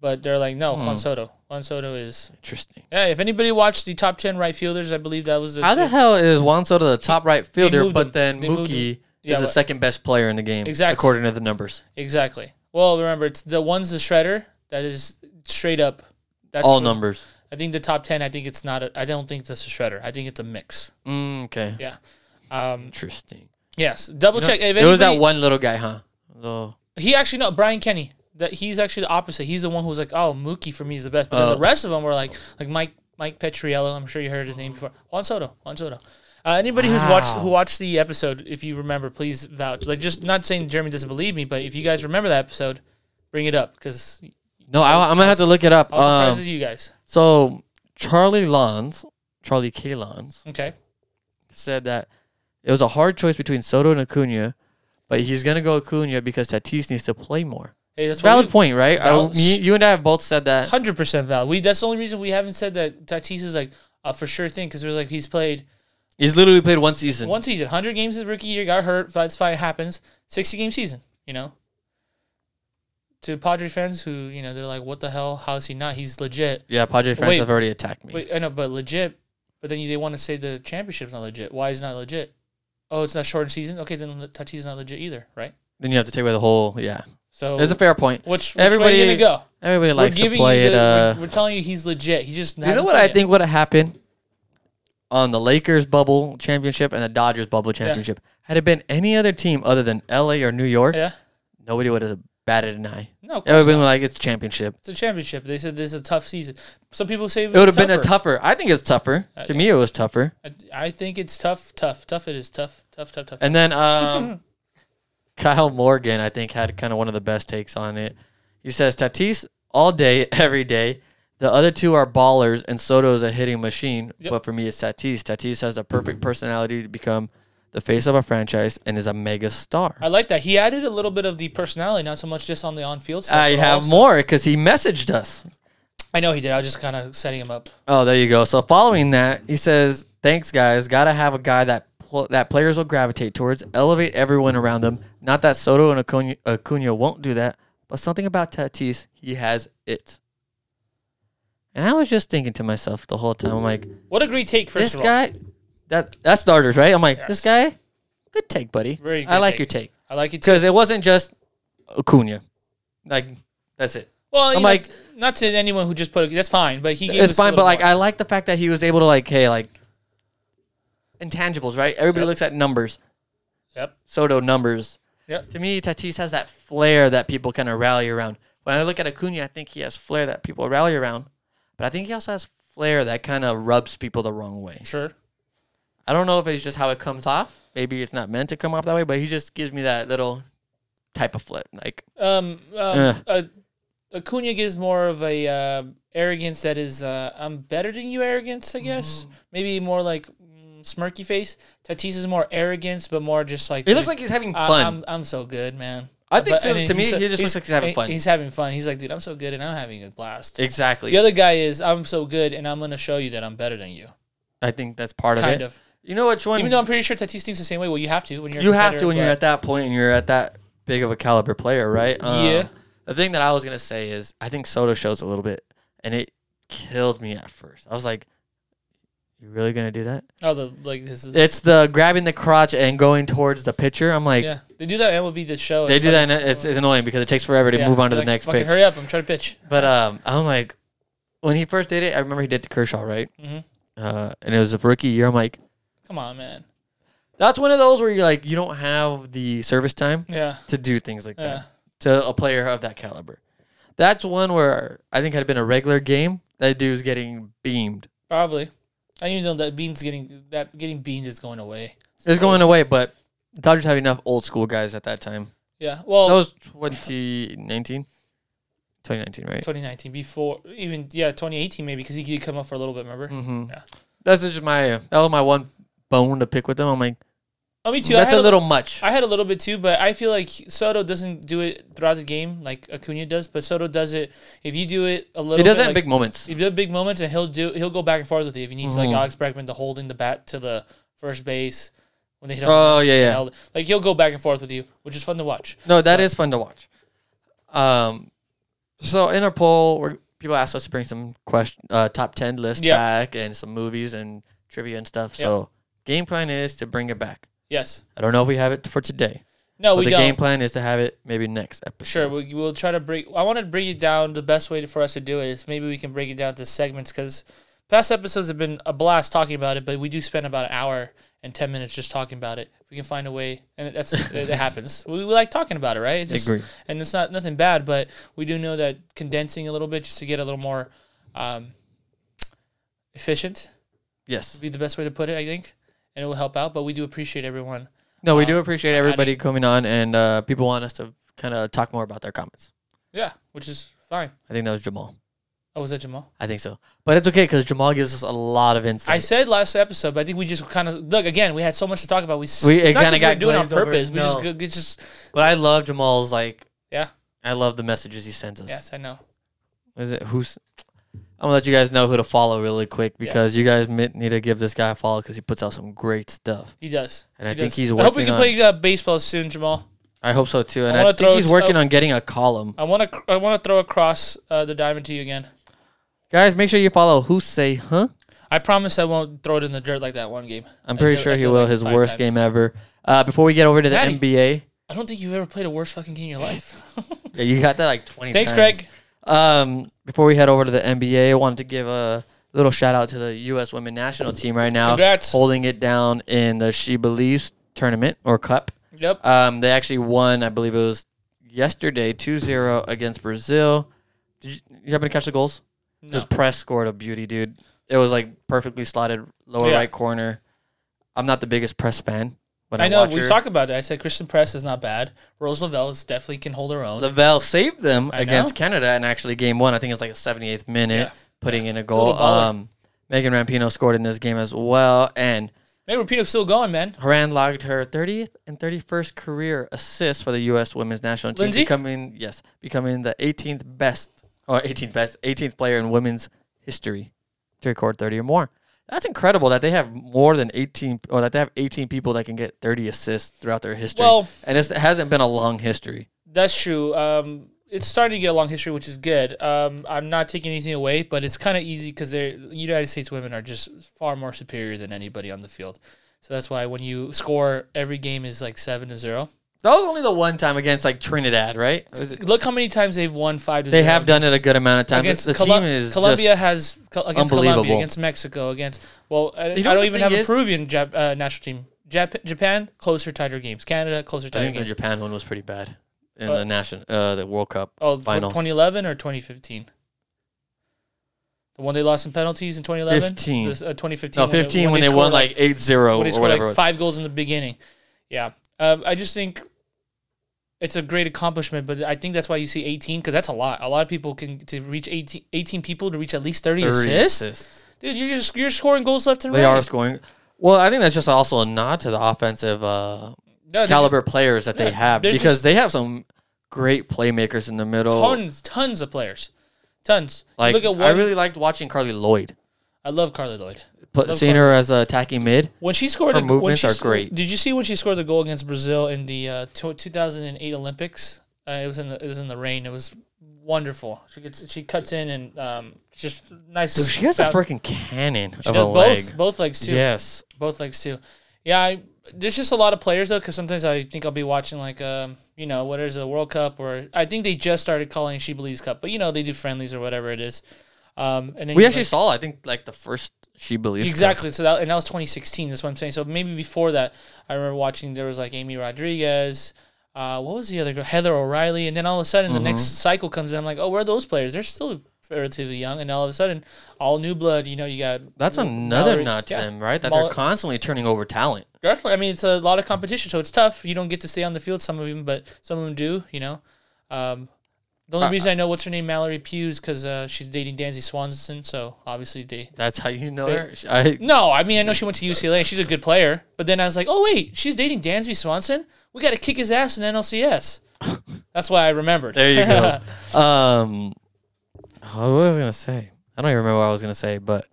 D: but they're like, no,
E: Hmm.
D: Juan Soto. Juan Soto is.
E: interesting.
D: Yeah, if anybody watched the top ten right fielders, I believe that was the.
E: How the
D: two-
E: hell is Juan Soto the top right fielder,
D: moved
E: but
D: him.
E: then
D: They moved
E: Mookie
D: Yeah,
E: is the
D: but-
E: second best player in the game,
D: Exactly.
E: according to the numbers?
D: Exactly. Well, remember, it's the one's the shredder that is straight up. That's
E: All
D: what-
E: numbers.
D: I think the top ten. I think it's not. A, I don't think that's a shredder. I think it's a mix.
E: Mm, okay,
D: Yeah. Um.
E: interesting.
D: Yes. Double
E: You know,
D: check. If
E: it was that
D: anybody-
E: one little guy, huh? The-
D: He actually no. Brian Kenny. That he's actually the opposite. He's the one who's like, oh, Mookie for me is the best. But then
E: Oh.
D: the rest of them were like, like Mike Mike Petriello. I'm sure you heard his name before. Juan Soto. Juan Soto. Uh, anybody who's watched
E: Wow.
D: who watched the episode, if you remember, please vouch. Like, just not saying Jeremy doesn't believe me, but if you guys remember that episode, bring it up because
E: no, I, am gonna have to look it up.
D: I was surprised
E: Um,
D: as you guys.
E: so Charlie Lons, Charlie K. Lons,
D: Okay.
E: said that it was a hard choice between Soto and Acuna, but he's gonna go Acuna because Tatis needs to play more.
D: Hey, that's
E: Valid
D: valid.
E: point, right? I-
D: Val-
E: you, you and I have both said that.
D: Hundred percent valid. We that's the only reason we haven't said that Tatis is like a for sure thing because we're like he's played
E: He's literally played one season.
D: one season, hundred games his rookie year, got hurt. That's fine, it happens. Sixty game season, you know. To Padres fans who you know they're like, what the hell? How is he not? He's legit.
E: Yeah, Padre fans
D: Wait.
E: have already attacked me.
D: Wait, I know, but legit. But then you, they want to say the championship's not legit. Why is it not legit? Oh, it's not shortened season. Okay, then Tatis is not legit either, right?
E: Then you have to take away the whole. Yeah,
D: So
E: it's a fair point.
D: which, which
E: everybody
D: way are you gonna go?
E: Everybody likes to play
D: you
E: it.
D: the-
E: Uh,
D: we're, we're telling you he's legit. He just
E: you know
D: hasn't
E: what
D: played
E: I
D: yet.
E: think would have happened on the Lakers bubble championship and the Dodgers bubble championship. Had it been any other team other than L.A. or New York,
D: Yeah.
E: nobody would have batted an eye.
D: No, of
E: It
D: course
E: would have been
D: not.
E: like it's championship.
D: it's a championship. They said this is a tough season. Some people say
E: It would have been a tougher. I think it's tougher.
D: Uh,
E: to me, it was tougher.
D: I, I think it's tough, tough, tough. It is tough, tough, tough, tough.
E: And then um, Kyle Morgan, I think, had kind of one of the best takes on it. He says Tatis all day, every day. The other two are ballers, and Soto is a hitting machine.
D: Yep.
E: But for me, it's Tatis. Tatis has a perfect personality to become the face of a franchise and is a mega star.
D: I like that he added a little bit of the personality, not so much just on the on-field. side,
E: I
D: but
E: have
D: also-
E: more because he messaged us.
D: I know he did. I was just kind of setting him up.
E: Oh, there you go. So following that, he says, "Thanks, guys. Gotta have a guy that pl- that players will gravitate towards, elevate everyone around them. Not that Soto and Acuna, Acuna won't do that, but something about Tatis, he has it." And I was just thinking to myself the whole time, I'm like,
D: What a great take, first
E: "This
D: of all.
E: guy, that that starters, right?" I'm like, "This guy, good take, buddy.
D: Very
E: I
D: good
E: like
D: take.
E: your take
D: I like it too.
E: because it wasn't just Acuna, like." That's it.
D: Well,
E: I'm
D: you know,
E: like-
D: not to anyone who just put it. That's fine, but he gave us
E: it's
D: a
E: fine, but
D: little
E: like
D: more.
E: I like the fact that he was able to like, hey, like intangibles, right? Everybody
D: Yep.
E: looks at numbers.
D: yep,
E: Soto numbers.
D: Yep.
E: To me, Tatis has that flair that people kind of rally around. When I look at Acuna, I think he has flair that people rally around, but I think he also has flair that kind of rubs people the wrong way.
D: sure.
E: I don't know if it's just how it comes off. Maybe it's not meant to come off that way, but he just gives me that little type of flip. Like,
D: Um, um
E: Ugh.
D: uh, Acuna gives more of a uh, arrogance that is, uh, I'm better than you arrogance, I guess. Maybe more like mm, smirky face. Tatis is more arrogance, but more just like,
E: it looks like he's having
D: I-
E: fun.
D: I'm, I'm so good, man.
E: I think
D: But-
E: to,
D: and
E: to me,
D: he's-
E: he just looks like he's having fun.
D: He's having fun. He's like, dude, I'm so good and I'm having a blast.
E: exactly.
D: The other guy is, I'm so good and I'm going to show you that I'm better than you.
E: I think that's part of
D: Kind
E: it.
D: of.
E: You know which one?
D: Even though I'm pretty sure Tatis thinks the same way. Well, you have to when you're a
E: you have to
D: competitor,
E: when you're
D: but-
E: at that point and you're at that big of a caliber player, right? Uh,
D: Yeah.
E: The thing that I was gonna say is I think Soto shows a little bit, and it killed me at first. I was like, "You really gonna do that?"
D: Oh, the like this is
E: It's the grabbing the crotch and going towards the pitcher. I'm like,
D: yeah. They do that. and It would be the show.
E: they
D: It's
E: do
D: like-
E: that, and it's, it's annoying because it takes forever to
D: yeah.
E: move on to
D: They're
E: the
D: like,
E: next
D: "Fucking
E: pitch.
D: Hurry up! I'm trying to pitch.
E: But um, I'm like, when he first did it, I remember he did to Kershaw, right?
D: Mhm.
E: Uh, and it was a rookie year. I'm like,
D: Come on, man.
E: that's one of those where you're like, you don't have the service time
D: Yeah.
E: to do things like
D: Yeah.
E: that to a player of that caliber. That's one where I think had it been a regular game, that dude's getting beamed.
D: Probably. I even know that beans getting that getting beans is going away.
E: It's going away, but the Dodgers have enough old school guys at that time.
D: Yeah.
E: That
D: Well,
E: was 2019? 2019, right?
D: 2019 before even yeah 2018 maybe because he could come up for a little bit. Remember?
E: hmm
D: Yeah.
E: That's just my that was my one bone to pick with them. I'm like,
D: Oh, me too. I
E: that's
D: had
E: a little much.
D: I had a little bit too, but I feel like Soto doesn't do it throughout the game like Acuna does. But Soto does it if you do it a little.
E: It doesn't
D: bit, like,
E: big moments.
D: If you have big moments, and he'll do he'll go back and forth with you. If you need to, like
E: Mhm.
D: Alex Bregman to holding the bat to the first base when they hit him,
E: Oh yeah, yeah.
D: like he'll go back and forth with you, which is fun to watch.
E: No, that
D: But-
E: is fun to watch. Um, so in our poll, where people asked us to bring some question, uh, top ten list
D: Yeah.
E: back, and some movies and trivia and stuff.
D: Yeah.
E: So game plan is to bring it back.
D: Yes.
E: I don't know if we have it for today,
D: No,
E: but
D: Oh, we
E: the
D: don't.
E: game plan is to have it maybe next episode.
D: Sure, we, we'll try to break. I want to break it down. The best way for us to do it is maybe we can break it down to segments because past episodes have been a blast talking about it, but we do spend about an hour and ten minutes just talking about it. If we can find a way, and that's it happens. We, we like talking about it, right? It just-
E: Agree.
D: And it's not nothing bad, but we do know that condensing a little bit just to get a little more um, efficient
E: Yes.
D: would be the best way to put it, I think, and it will help out. But we do appreciate everyone.
E: No, we do
D: Um,
E: appreciate
D: adding-
E: everybody coming on, and uh, people want us to kind of talk more about their comments.
D: Yeah, which is fine.
E: I think that was Jamal.
D: Oh, was that Jamal?
E: I think so, but it's okay because Jamal gives us a lot of insight.
D: I said last episode, but I think we just kind of look again. We had so much to talk about. We, s-
E: We- it
D: it's not
E: kinda
D: just we're
E: got
D: doing it on
E: glazed over.
D: purpose. We just
E: No.
D: go- it's just
E: But I love Jamal's like.
D: Yeah.
E: I love the messages he sends us.
D: yes, I know.
E: Is it who's? I'm gonna let you guys know who to follow really quick because you guys mi- need to give this guy a follow because he puts out some great stuff,
D: He does.
E: and I
D: He
E: think
D: does.
E: he's
D: I
E: working.
D: hope we can
E: on,
D: play uh, baseball soon, Jamal.
E: I hope so too, and
D: I
E: I,
D: wanna
E: think
D: throw
E: he's
D: t-
E: working
D: oh.
E: on getting a column.
D: I want to. I want to throw across uh, the diamond to you again.
E: Guys, make sure you follow who say huh.
D: I promise I won't throw it in the dirt like that one game.
E: I'm
D: I
E: pretty
D: did-
E: sure
D: I
E: he
D: did
E: will.
D: like
E: His
D: five
E: worst
D: times.
E: game ever. Uh, before we get over to the
D: Maddie.
E: NBA,
D: I don't think you've ever played a worse fucking game in your life.
E: yeah, you got that like 20.
D: Thanks,
E: times.
D: Greg.
E: Um, before we head over to the NBA, I wanted to give a little shout out to the U.S. Women National Team right now,
D: Congrats.
E: holding it down in the She Believes tournament or cup.
D: Yep.
E: Um, they actually won, I believe it was yesterday, 2-0 against Brazil. Did you, you happen to catch the goals?
D: No.
E: Because Press scored a beauty, dude. It was like perfectly slotted lower
D: Yeah.
E: right corner. I'm not the biggest Press fan. When I,
D: I know
E: watch
D: we
E: her.
D: talked about it. I said Christian Press is not bad. Rose Lavelle is definitely can hold her own.
E: Lavelle saved them
D: I
E: against
D: know.
E: Canada in actually game one. I think it's like a 78th minute,
D: Yeah.
E: putting in a
D: a little
E: goal.
D: baller.
E: um, Megan Rampino scored in this game as well, and
D: Maybe Rapinoe's still going, man.
E: Haran logged her 30th and 31st career assists for the U.S. Women's National Team,
D: Lindsay?
E: becoming yes, becoming the 18th best or 18th best 18th player in women's history to record 30 or more. That's incredible that they have more than 18 or that they have 18 people that can get 30 assists throughout their history.
D: Well-
E: and it's, it hasn't been a long history.
D: That's true. Um, it's starting to get a long history, which is good. Um, I'm not taking anything away, but it's kind of easy because the United States women are just far more superior than anybody on the field. So that's why when you score, every game is like seven to zero.
E: That was only the one time against like Trinidad, right?
D: Look how many times they've won five to
E: They
D: zero.
E: have done it a
D: against-
E: good amount of times.
D: against
E: the
D: Colo-
E: team is
D: Colombia
E: Colombia.
D: has co- against Colombia,
E: unbelievable.
D: against Mexico, against well, I,
E: You know
D: I don't
E: what the
D: even
E: thing
D: have a
E: is?
D: Peruvian Jap- uh, national team. Jap- Japan closer, tighter games. Canada closer,
E: I
D: tighter
E: think the
D: games.
E: Japan one was pretty bad in
D: Uh,
E: the national, uh, the World Cup
D: Oh, what,
E: finals.
D: 2011 or 2015? The one they lost in penalties in 2011?
E: 15.
D: This, uh, 2015.
E: no,
D: when they-
E: fifteen when they, won
D: scored,
E: like eight zero
D: when
E: or
D: they
E: whatever.
D: scored,
E: it
D: like
E: was.
D: five goals in the beginning. Yeah. Um, I just think it's a great accomplishment, but I think that's why you see 18 because that's a lot. A lot of people can to reach 18, 18 people to reach at least 30,
E: 30
D: assists.
E: assists.
D: Dude, you're just you're scoring goals left and
E: They
D: right.
E: are scoring. Well, I think that's just also a nod to the offensive uh,
D: No, they're
E: caliber players that
D: yeah,
E: they have
D: they're
E: because
D: just-
E: they have some great playmakers in the middle.
D: Tons, tons of players, tons.
E: Like
D: Look at one.
E: I
D: I,
E: really liked watching Carly Lloyd.
D: love Carly Lloyd.
E: Put,
D: Love
E: seeing her as a attacking mid.
D: When she scored,
E: Her
D: a, when
E: movements
D: she
E: are
D: sc-
E: great.
D: Did you see when she scored the goal against Brazil in the uh, tw 2008 Olympics? Uh, it was in the it was in the rain. It was wonderful. She gets she cuts in and um, just nice.
E: Dude, she has a
D: bound-
E: freaking cannon
D: She
E: of
D: does
E: a
D: both
E: leg.
D: both legs too.
E: Yes.
D: both legs too. Yeah, I, there's just a lot of players though, because sometimes I think I'll be watching like um, you know, what is it, the World Cup or I think they just started calling She Believes Cup, but you know they do friendlies or whatever it is. Um, and then
E: We
D: you
E: actually
D: like-
E: saw, I think, like the first She Believes. clip.
D: exactly so that and that was 2016. That's what I'm saying. So maybe before that, I remember watching there was like Amy Rodriguez. Uh, what was the other girl? Heather O'Reilly, and then all of a sudden the next cycle comes in. I'm like, oh, where are those players? They're still relatively young, and all of a sudden, all new blood. You know, you got
E: That's another
D: Mallory-
E: nod to
D: yeah.
E: them, right? That
D: Mal-
E: they're constantly turning over talent.
D: Definitely. I mean, it's a lot of competition, so it's tough. You don't get to stay on the field, some of them, but some of them do, you know. Um, the only reason I know what's her name, Mallory Pugh, is because uh, she's dating Danzy Swanson, so obviously they.
E: That's how you know her. She- I,
D: No, I mean, I know she went to UCLA and she's a good player, but then I was like, oh, wait, she's dating Dansby Swanson? We got to kick his ass in NLCS. That's why I remembered.
E: there you go. um, oh, what was I gonna say? I don't even remember what I was gonna say, but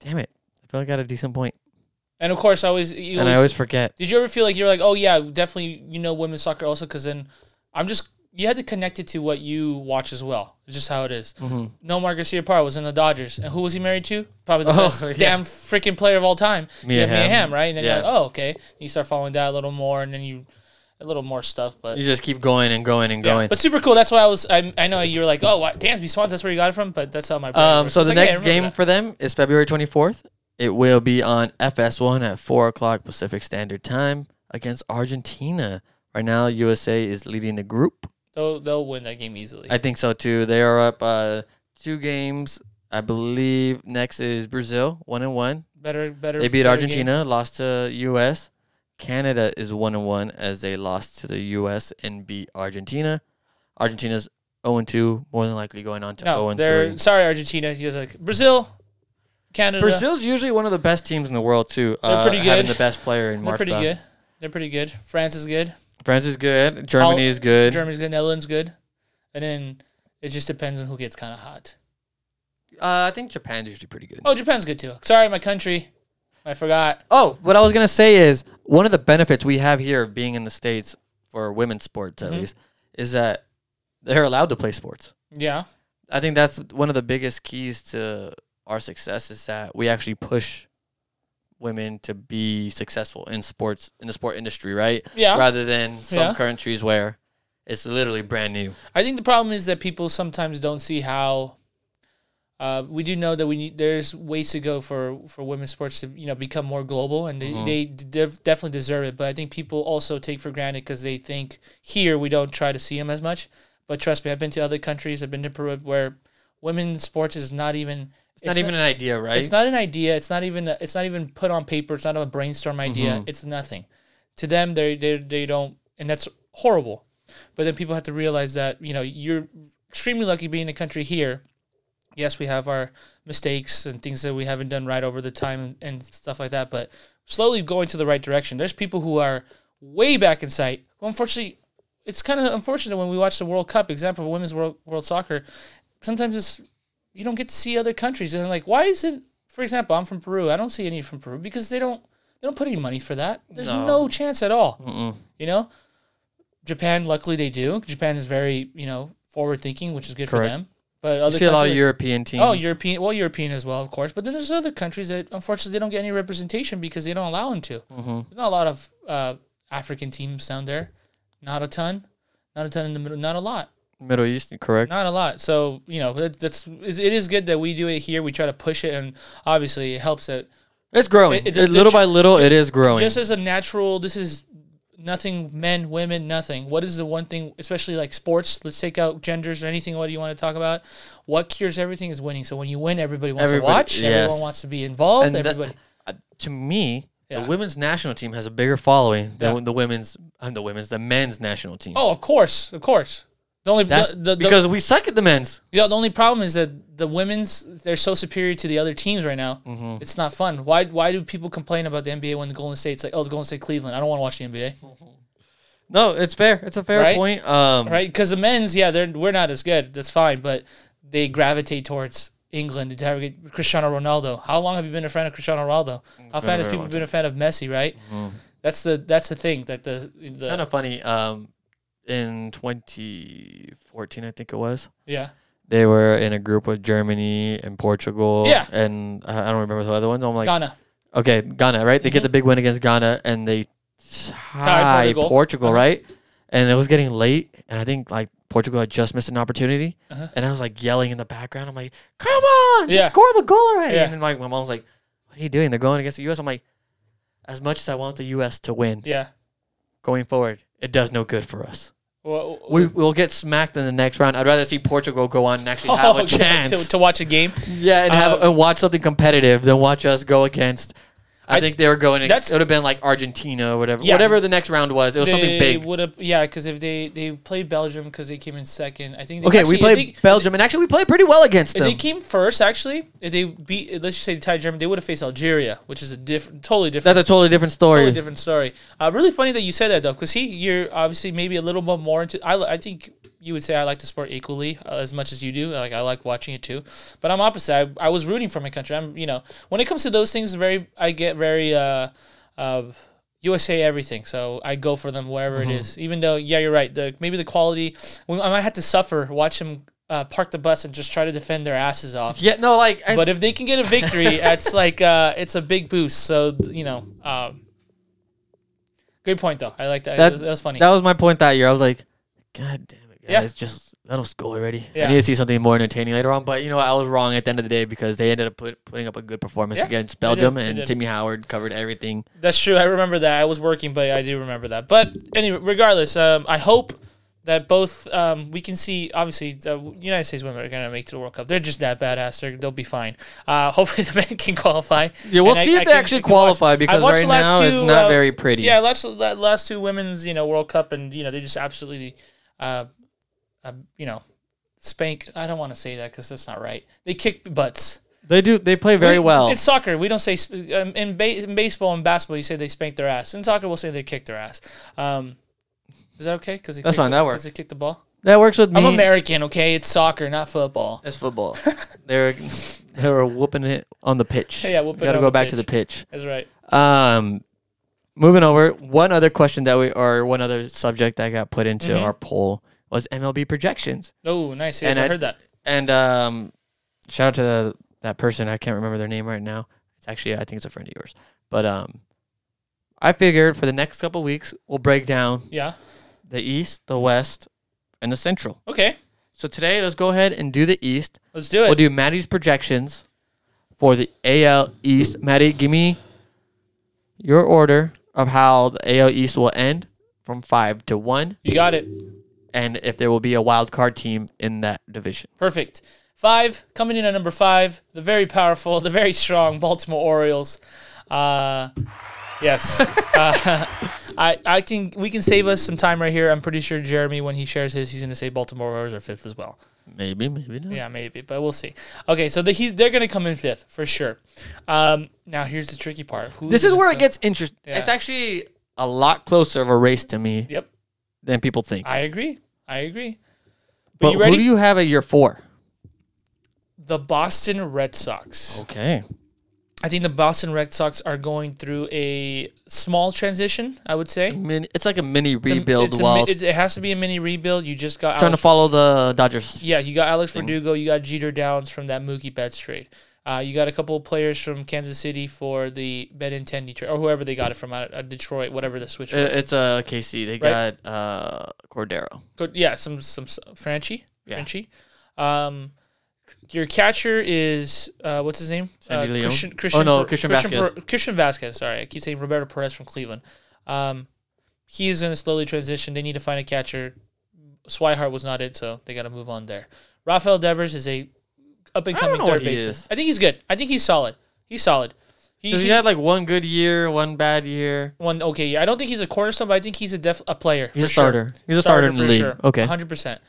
E: damn it, I feel like I got a decent point,
D: and of course, I always. You
E: and I always forget.
D: Did you ever feel like you're like, oh yeah, definitely, you know, women's soccer also? Because then I'm just you had to connect it to what you watch as well. It's just how it is.
E: Mm-hmm.
D: No, Mark Garcia Parra was in the Dodgers, and who was he married to? Probably the
E: Oh,
D: best
E: yeah.
D: damn freaking player of all time.
E: Mia
D: yeah, Mia
E: Hamm.
D: Hamm, right? And then
E: Yeah.
D: you're like, oh okay. You start following that a little more, and then you a little more stuff, but.
E: You just keep going and going and
D: yeah.
E: going.
D: But super cool. That's why I was. I, I know you were like, "Oh, what? Dansby Swans." That's where you got it from. But that's how my. brain
E: um,
D: works.
E: so
D: It's
E: the
D: like, yeah, I
E: next
D: remember
E: game
D: that.
E: for them is February twenty fourth. It will be on FS1 at four o'clock Pacific Standard Time against Argentina. Right now, USA is leading the group.
D: they'll, they'll win that game easily.
E: I think so too. They are up uh, two games, I believe. Next is Brazil, one and one.
D: better, better.
E: They beat
D: better game.
E: Argentina, lost to U.S. Canada is one and one as they lost to the U.S. and beat Argentina. Argentina's zero and two, more than likely going on to zero
D: No,
E: and
D: they're
E: three.
D: sorry, Argentina. He was like Brazil, Canada.
E: Brazil's usually one of the best teams in the world too.
D: They're
E: uh,
D: pretty good.
E: Having the best player in
D: they're
E: Martha.
D: pretty good. They're pretty good. France is good.
E: France is good. Germany is good.
D: Germany's good. Netherlands good. And then it just depends on who gets kind of hot.
E: uh, I think Japan's usually pretty good.
D: Oh, Japan's good too. Sorry, my country. I forgot.
E: Oh, what I was gonna say is one of the benefits we have here of being in the states for women's sports,
D: Mm-hmm.
E: at least, is that they're allowed to play sports.
D: Yeah.
E: I think that's one of the biggest keys to our success is that we actually push women to be successful in sports in the sport industry, right?
D: Yeah.
E: Rather than some
D: Yeah.
E: countries where it's literally brand new.
D: I think the problem is that people sometimes don't see how. Uh, we do know that we need, there's ways to go for, for women's sports to you know become more global and they,
E: Mm-hmm.
D: they def- definitely deserve it. But I think people also take for granted because they think here we don't try to see them as much. But trust me, I've been to other countries. I've been to Peru where women's sports is not even
E: It's, not even an idea, right?
D: it's not an idea. It's not even it's not even put on paper. It's not a brainstorm idea. It's nothing. To them, they they they don't, and that's horrible. But then people have to realize that you know you're extremely lucky being in a country here. Yes, we have our mistakes and things that we haven't done right over the time and stuff like that. But slowly going to the right direction. There's people who are way back in sight who unfortunately it's kind of unfortunate when we watch the World Cup example of women's world world soccer. Sometimes it's you don't get to see other countries, and like why is it? For example, I'm from Peru. I don't see any from Peru because they don't they don't put any money for that. There's no,
E: No.
D: chance at all. You know, Japan. Luckily, they do. Japan is very you know forward thinking, which is good for
E: Correct.
D: them. But other
E: you see a lot of
D: countries-
E: European teams.
D: Oh, European. Well, European as well, of course. But then there's other countries that unfortunately they don't get any representation because they don't allow them to.
E: Mm-hmm.
D: There's not a lot of uh, African teams down there. Not a ton. Not a ton in the middle. Not a lot.
E: Middle East, correct?
D: Not a lot. So you know that, that's is- it is good that we do it here. We try to push it, and obviously it helps that
E: It's growing.
D: It- it-
E: little
D: it-
E: by little, it is growing.
D: just as a natural. This is nothing. Men, women, nothing. What is the one thing, especially like sports? Let's take out genders or anything. What do you want to talk about? What cures everything is winning. So when you win, everybody wants
E: Everybody-
D: to watch.
E: yes.
D: Everyone wants to be involved.
E: And that-
D: everybody.
E: uh, to me,
D: Yeah.
E: the women's national team has a bigger following than
D: Yeah.
E: the women's and the women's the men's national team.
D: Oh, of course, of course. The only the,
E: That's
D: the, the-
E: because we suck at the men's.
D: you know, the only problem is that the women's they're so superior to the other teams right now.
E: Mm-hmm.
D: It's not fun.
E: Mm-hmm.
D: Why why do people complain about the NBA when the Golden State's like, oh, the Golden State Cleveland? I don't want to watch the NBA.
E: No, it's fair. It's a fair
D: Right?
E: point. Um,
D: right? Because the men's, yeah, they're we're not as good. That's fine, but they gravitate towards England. They target Cristiano Ronaldo. How long have you been a fan of Cristiano Ronaldo? How
E: been a
D: fan has
E: very
D: people
E: long Mm-hmm.
D: been a fan of Messi? Right? That's the that's the thing that the, the
E: Kind of funny. Um, in 2014, I think it was.
D: yeah
E: They were in a group with Germany and Portugal.
D: Yeah.
E: And I I don't remember the other ones. I'm like,
D: Ghana.
E: okay, Ghana, right? They
D: Mm-hmm.
E: get the big win against Ghana and they tie
D: Portugal. Uh-huh.
E: Portugal, right? And it was getting late, and I think like Portugal had just missed an opportunity, and I was like yelling in the background. I'm like, "Come on,
D: Uh-huh. Yeah.
E: just score the goal already!"
D: Yeah.
E: And then, like my mom's like, "What are you doing? They're going against the U.S." I'm like, as much as I want the U.S. to win
D: Yeah.
E: going forward, it does no good for us.
D: Well,
E: We will get smacked in the next round. I'd rather see Portugal go on and actually have
D: oh,
E: a chance.
D: to, to watch a game.
E: Yeah, and have
D: Uh,
E: and watch something competitive than watch us go against. I,
D: I-
E: think they were going. That's,
D: that's-
E: it would have been like Argentina or whatever.
D: Yeah.
E: Whatever the next round was, it was something big.
D: Would have yeah, because if they they played Belgium because they came in second. I think they,
E: Okay,
D: actually,
E: we
D: if
E: played
D: they-
E: Belgium, and actually we played pretty well against
D: If
E: them.
D: they came first, actually, if they beat, let's just say they tied Germany, they would have faced Algeria, which is a different, totally different.
E: That's a totally different story.
D: Totally different story. Uh, really funny that you said that though, because he, you're obviously maybe a little bit more into. I, li- I think you would say I like the sport equally uh, as much as you do. Like I like watching it too, but I'm opposite. I, I was rooting for my country. I'm, you know, when it comes to those things, very I get very uh, uh, USA everything. So I go for them wherever it is. Even though, yeah, you're right. The maybe the quality, we- I might have to suffer. Watch them uh, park the bus and just try to defend their asses off.
E: Yeah, no, like I,
D: But if they can get a victory, it's like uh, it's a big boost. So you know, um, great point though. I like that.
E: That-
D: that, was, that was funny.
E: that was my point that year. I was like, God damn it, guys,
D: Yeah.
E: just let us go already.
D: Yeah.
E: I need to see something more entertaining later on. But you know, what? I was wrong at the end of the day because they ended up put, putting up a good performance
D: Yeah,
E: against
D: did,
E: Belgium,
D: they
E: and
D: did.
E: Timmy Howard covered everything.
D: That's true. I remember that. I was working, but I do remember that. But anyway, regardless, um, I hope that both um, we can see. Obviously, the United States women are gonna make it to the World Cup. They're just that badass. They're, they'll be fine. Uh, hopefully, the men can qualify.
E: Yeah, we'll
D: And I-
E: see if
D: I
E: they
D: can-
E: actually
D: I can watch.
E: qualify
D: I
E: because
D: watched
E: right
D: the last
E: now
D: two,
E: it's not
D: uh,
E: very pretty.
D: Yeah, last la- last two women's, you know, World Cup, and you know they just absolutely, uh, uh you know, spank. I don't want to say that because that's not right. They kick butts
E: They do. They play very
D: We-
E: well.
D: It's soccer. We don't say sp- um, in, ba- in baseball and basketball. You say they spanked their ass. In soccer, we'll say they kicked their ass. Um, is that okay? Because
E: That's fine, that works.
D: Because they kicked the ball.
E: That works with me.
D: I'm American. Okay, it's soccer, not football.
E: It's football. they were they were whooping it on the pitch.
D: Yeah, whooping
E: Got
D: it
E: to
D: on
E: go
D: the
E: back
D: pitch.
E: to the pitch.
D: That's right.
E: Um, moving over. One other question that we or one other subject that got put into
D: Mhm.
E: our poll was MLB projections.
D: Oh, nice. Yes,
E: And
D: I,
E: I-
D: heard that.
E: And um, shout out to the, that person. I can't remember their name right now. It's actually I think it's a friend of yours. But um, I figured for the next couple weeks we'll break down
D: Yeah.
E: the East, the West, and the Central.
D: Okay.
E: So today let's go ahead and do the East.
D: Let's do it.
E: We'll do Maddie's projections for the AL East. Maddie, give me your order of how the AL East will end from five to one,
D: you got it.
E: and if there will be a wild card team in that division.
D: Perfect. Five coming in at number five, the very powerful, the very strong Baltimore Orioles. Uh, yes, uh, I I can we can save us some time right here. I'm pretty sure Jeremy, when he shares his, he's going to say Baltimore Orioles are fifth as well.
E: Maybe, maybe not.
D: Yeah, maybe, but we'll see. Okay, so the, he's they're going to come in fifth for sure. Um, now here's the tricky part. Who's
E: This is
D: gonna
E: where it
D: fill-
E: gets interesting.
D: Yeah.
E: It's actually a lot closer of a race to me
D: Yep,
E: than people think.
D: I agree. I agree. But,
E: but
D: you
E: who
D: ready?
E: do you have at year four?
D: the Boston Red Sox.
E: Okay.
D: I think the Boston Red Sox are going through a small transition. I would say.
E: I mean, it's like a mini
D: It's a-
E: rebuild
D: it's a mi-
E: while
D: it's- it has to be a mini rebuild. You just got
E: trying to Mm.
D: Alex-
E: follow the Dodgers.
D: Yeah, you got Alex Verdugo. You got Jeter Downs from that Mookie Betts trade. Uh, you got a couple of players from Kansas City for the Benintendi trade, or whoever they got it from, uh, uh, Detroit, whatever the switch
E: I-
D: was.
E: It's a KC. They
D: Right.
E: got uh, Cordero.
D: Good- yeah, some some s- Franchi,
E: Yeah.
D: Franchi. Um, your catcher is uh, what's his name?
E: Sandy
D: uh,
E: Leon?
D: Christian,
E: Oh,
D: Christian
E: no,
D: Per-
E: Christian
D: Per- Christian Vasquez. Sorry, I keep saying Roberto Perez from Cleveland. Um, he is going to slowly transition. They need to find a catcher. Swihart was not it, so they got to move on there. Rafael Devers is a up and
E: I don't
D: coming
E: know
D: third
E: what he
D: baseman.
E: is.
D: I think he's good. I think he's solid. He's solid. He,
E: Because he
D: he-
E: had like one good year, one bad year.
D: one okay. yeah, I don't think he's a cornerstone, but I think he's a def a player.
E: He's
D: for
E: a
D: sure.
E: starter. He's a starter in the league. Okay.
D: hundred percent.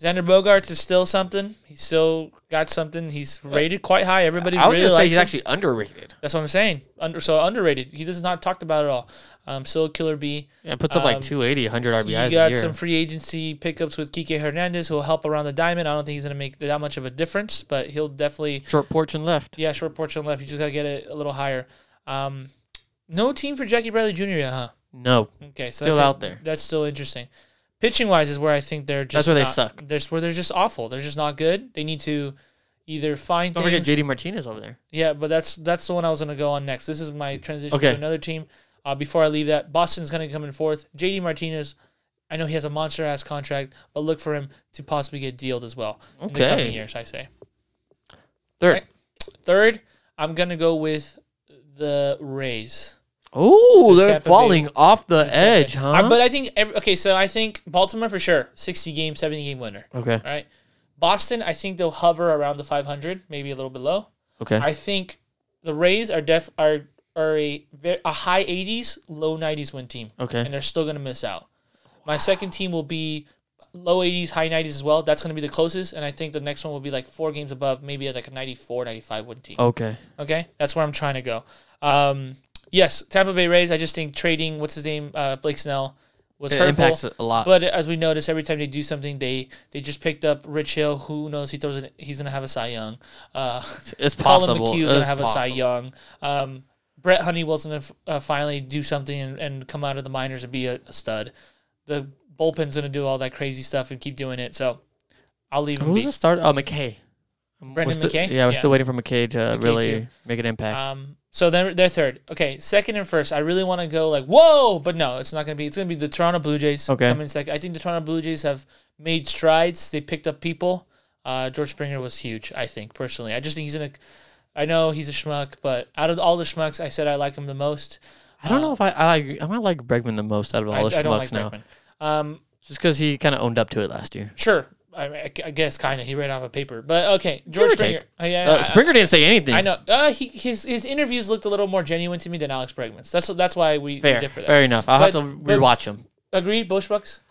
D: Xander Bogarts is still something. He's still got something. He's rated quite high. Everybody
E: Uh, I would
D: really
E: just say
D: likes
E: he's
D: him.
E: actually underrated.
D: That's what I'm saying. Under so underrated. He does not talked about at all. Um, still a killer B.
E: Yeah, puts up
D: Um,
E: like 280, 100
D: You
E: RBIs a
D: got
E: year.
D: some free agency pickups with Kike Hernandez, who will help around the diamond. I don't think he's going to make that much of a difference, but he'll definitely.
E: Short porch and left.
D: Yeah, short porch on left. You just got to get it a little higher. Um, no team for Jackie Bradley Jr. yet, huh?
E: No,
D: Okay, so
E: Still
D: that's
E: out there.
D: That's still interesting. Pitching wise is where I think they're just
E: That's where they
D: not-
E: suck.
D: That's where they're just awful. They're just not good. They need to either find
E: don't forget
D: things.
E: JD Martinez over there.
D: Yeah, but that's that's the one I was gonna go on next. This is my transition
E: Okay.
D: to another team. Uh, before I leave that, Boston's gonna come in fourth. JD Martinez, I know he has a monster ass contract, but look for him to possibly get dealed as well in the coming
E: Okay.
D: years. I say
E: Third.
D: Right. third. I'm gonna go with the Rays.
E: Oh,
D: The
E: they're
D: Tampa Bay-
E: falling off the edge, huh?
D: I- Uh, but I think every, okay. So I think Baltimore for sure, sixty game, seventy game winner.
E: okay,
D: All right. Boston, I think they'll hover around the 500, maybe a little below.
E: okay.
D: I think the Rays are def are are a ve- a high 80s, low 90s win team,
E: Okay.
D: and they're still gonna miss out. My second team will be low 80s, high 90s as well. That's gonna be the closest, and I think the next one will be like four games above, maybe like a 94, 95 win team.
E: Okay.
D: Okay, that's where I'm trying to go. Um, yes, Tampa Bay Rays. I just think trading what's his name, uh, Blake Snell, was
E: It
D: hurtful.
E: impacts it a lot.
D: But as we notice, every time they do something, they they just picked up Rich Hill. Who knows? He throws. An, he's gonna have a Cy Young. Uh,
E: It's
D: Colin
E: possible.
D: McHugh's
E: It's
D: gonna have a Cy
E: possible.
D: Young. Um, Brett Honeywell's gonna f- uh, finally do something and, and come out of the minors and be a, a stud. The bullpen's gonna do all that crazy stuff and keep doing it. So I'll leave him.
E: Who's
D: Be.
E: the starter? Oh, McKay. We're
D: Um, Brendan
E: still-
D: McKay?
E: Yeah, we're
D: Yeah.
E: still waiting for McKay to really
D: too.
E: make an impact.
D: Um, so then they're third. Okay, second and first. I really want to go like whoa, but no, it's not gonna be. It's gonna be the Toronto Blue Jays.
E: Okay.
D: come in second. I think the Toronto Blue Jays have made strides. They picked up people. Uh, George Springer was huge. I think personally, I just think he's gonna. I know he's a schmuck, but out of all the schmucks, I said I like him the most.
E: I don't know if I, I like. I might like Bregman the most out of all
D: uh, I,
E: the
D: I
E: schmucks
D: don't like
E: now,
D: Bregman. Um,
E: just because he kind of owned up to it last year.
D: sure, I, I guess kind of. He ran off a paper, but okay, George
E: or
D: Springer.
E: take.
D: Uh, yeah,
E: Uh,
D: I-
E: Springer didn't say anything.
D: I know. Uh, he, his his interviews looked a little more genuine to me than Alex Bregman's. That's that's why we, we
E: Fair,
D: differ. there.
E: fair enough. I'll
D: But-
E: have to
D: but-
E: rewatch him.
D: Agreed, Bushbucks.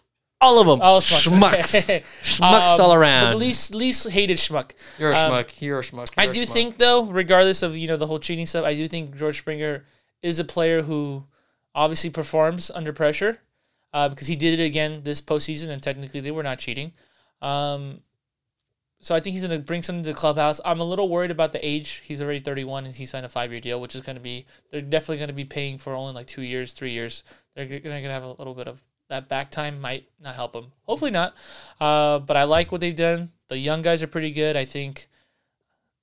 E: All of them.
D: All
E: schmucks,
D: Okay.
E: schmucks
D: Um,
E: all
D: but
E: around.
D: Least least hated schmuck.
E: you're a
D: um,
E: schmuck. You're a schmuck.
D: I
E: you're a
D: do
E: schmuck.
D: think though, regardless of you know the whole cheating stuff, I do think George Springer is a player who obviously performs under pressure uh, because he did it again this postseason, and technically they were not cheating. Um, so I think he's going to bring something to the clubhouse. I'm a little worried about the age. He's already 31 and he signed a five year deal, which is going to be they're definitely going to be paying for only like two years, three years. They're going to have a little bit of that back time might not help him. Hopefully not. Uh, but I like what they've done. The young guys are pretty good. I think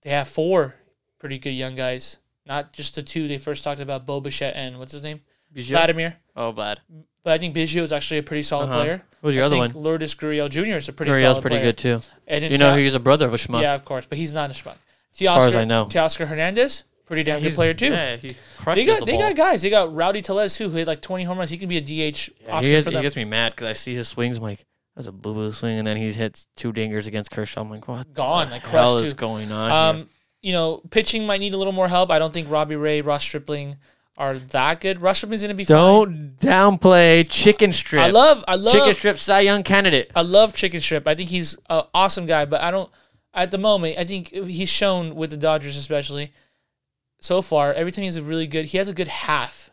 D: they have four pretty good young guys, not just the two they first talked about, Bo Bichette and what's his name,
E: Bijou?
D: Vladimir.
E: Oh, bad.
D: But I think Biggio is actually a pretty solid
E: Uh-huh.
D: player.
E: Who was your
D: I
E: other
D: think
E: one?
D: Lourdes Gurriel Jr. is a pretty
E: Gurriel's
D: solid
E: pretty
D: player.
E: good too.
D: And
E: You know, he's a brother of a schmuck.
D: yeah, of course, but he's not a schmuck. Teoscar,
E: far as I know.
D: Teoscar Hernandez, pretty damn good player too.
E: Yeah, he crushes
D: they got
E: the
D: they
E: ball.
D: got guys. They got Rowdy Teles too, who hit like 20 home runs. He could be a DH
E: Yeah,
D: option
E: he, gets,
D: for
E: he
D: them.
E: gets me mad because I see his swings. I'm like, that's a boo boo swing, and then he hits two dingers against Kershaw. I'm like, what?
D: Gone, like
E: the hell
D: crushed
E: is
D: too.
E: going on? here?
D: Um, you know, pitching might need a little more help. I don't think Robbie Ray, Ross Stripling are that good. Ross Stripling's gonna be
E: Don't downplay chicken strip.
D: fine. I love I love
E: chicken strip Cy Young candidate.
D: I love Chicken Strip. I think he's an awesome guy, but I don't. At the moment, I think he's shown with the Dodgers, especially so far. Every time he's a really good. He has a good half.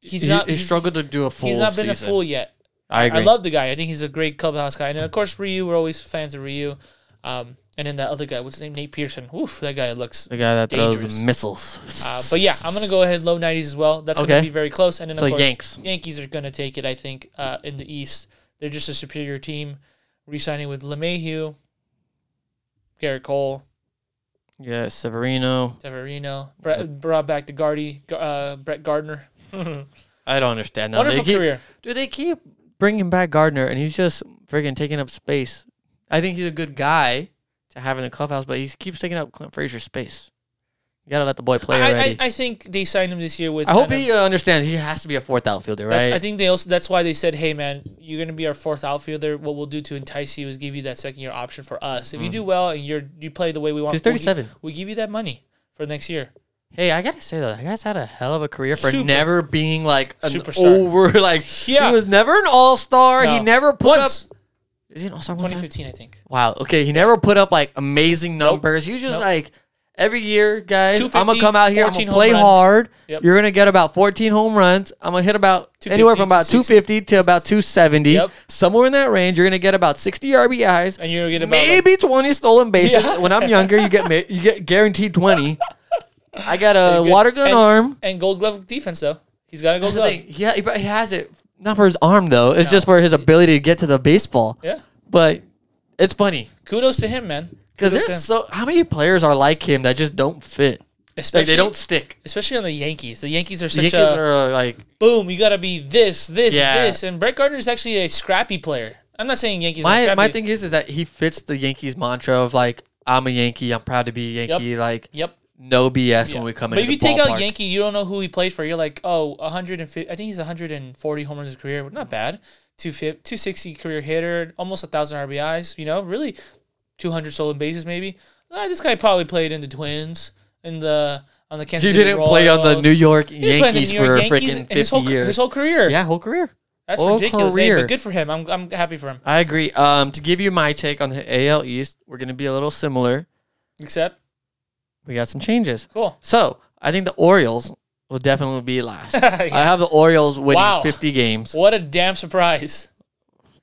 D: He's
E: he,
D: not.
E: he
D: He's,
E: struggled to do a full.
D: he's not been
E: season.
D: a fool yet.
E: I agree.
D: I love the guy. I think he's a great clubhouse guy. And then, of course, Ryu. We're always fans of Ryu. Um, and then that other guy, what's his name? Nate Pearson. Oof, that guy looks.
E: the guy that
D: Dangerous.
E: throws missiles.
D: Uh, but yeah, I'm gonna go ahead low 90s as well. That's gonna
E: Okay.
D: be very close. And then
E: So
D: of course,
E: Yanks.
D: Yankees are gonna take it. I think uh, in the East, they're just a superior team. Resigning with Lemayhew, Garrett Cole,
E: Yeah, Severino.
D: Severino, Brett, brought back the Guardy, uh, Brett Gardner.
E: I don't understand that. They
D: Wonderful
E: keep,
D: career.
E: do they keep bringing back Gardner, and he's just friggin' taking up space? I think he's a good guy to have in the clubhouse, but he keeps taking up Clint Frazier space. You gotta let the boy play already.
D: I, I, I think they signed him this year with.
E: I hope
D: kind of-
E: he uh, understands. He has to be a fourth outfielder,
D: That's,
E: right?
D: I think they also. That's why they said, "Hey, man, you're gonna be our fourth outfielder. What we'll do to entice you is give you that second year option for us. If you do well and you're you play the way we want,
E: Mm. He's
D: we'll gi-
E: 37.
D: We'll, give you that money for next year.
E: hey, I gotta say though, that guy's had a hell of a career for
D: Super.
E: never being like an
D: Superstar.
E: over. Like
D: Yeah.
E: he was never an all star. He
D: No.
E: never put
D: Once
E: up. Is he an All Star one time?
D: 2015, I think.
E: Wow. Okay, he never put up like amazing
D: Nope.
E: numbers. He was just
D: Nope.
E: like every year, guys. I'm gonna
D: 250,
E: come out here. I'm
D: 14
E: gonna
D: home
E: play
D: runs.
E: hard.
D: Yep.
E: You're gonna get about 14 home runs. I'm gonna hit about anywhere
D: 250,
E: from about 250 to about 270,
D: Yep.
E: somewhere in that range. You're gonna get about 60 RBIs,
D: And you're gonna get about like,
E: maybe 20 stolen bases.
D: Yeah.
E: When I'm younger, you get ma- you get guaranteed 20. I got
D: You're
E: a
D: good.
E: water gun
D: And-
E: arm.
D: and Gold Glove defense though. He's got a Gold
E: That's the
D: Glove.
E: thing. Yeah, he, but he has it not for his arm though. It's
D: No.
E: just for his ability to get to the baseball.
D: Yeah.
E: But it's funny.
D: Kudos to him, man. Kudos
E: Because
D: to
E: there's
D: him.
E: so how many players are like him that just don't fit.
D: especially
E: Like they don't stick.
D: especially on the Yankees. The Yankees are
E: The
D: such
E: Yankees
D: a
E: are like
D: boom. You gotta be this, this,
E: Yeah.
D: this. And Brett Gardner is actually a scrappy player. I'm not saying Yankees. are
E: my
D: scrappy.
E: my thing is is that he fits the Yankees mantra of like I'm a Yankee, I'm proud to be a Yankee, like
D: Yep.
E: no BS
D: Yeah.
E: when we come
D: But
E: in.
D: if you take out Yankee, you don't know who he played for. You're like, oh, 150. I think he's 140 home runs in his career. Not bad. 250 260 career hitter, almost a thousand RBIs. You know, really, 200 stolen bases maybe. Ah, this guy probably played in the Twins and the on the Kansas.
E: you
D: City
E: didn't play on the
D: Royals.
E: New York
D: He played in the
E: Yankees
D: New York
E: for
D: Yankees
E: freaking
D: and his
E: fifty
D: whole,
E: years.
D: His whole career.
E: Yeah, whole career.
D: that's
E: whole
D: ridiculous. Hey,
E: career.
D: but good for him. I'm I'm happy for him.
E: I agree. Um, to give you my take on the AL East, we're gonna be a little similar.
D: Except,
E: We got some changes.
D: cool.
E: So I think the Orioles will definitely be last. I
D: Yeah.
E: have the Orioles winning
D: Wow.
E: fifty games.
D: What a damn surprise!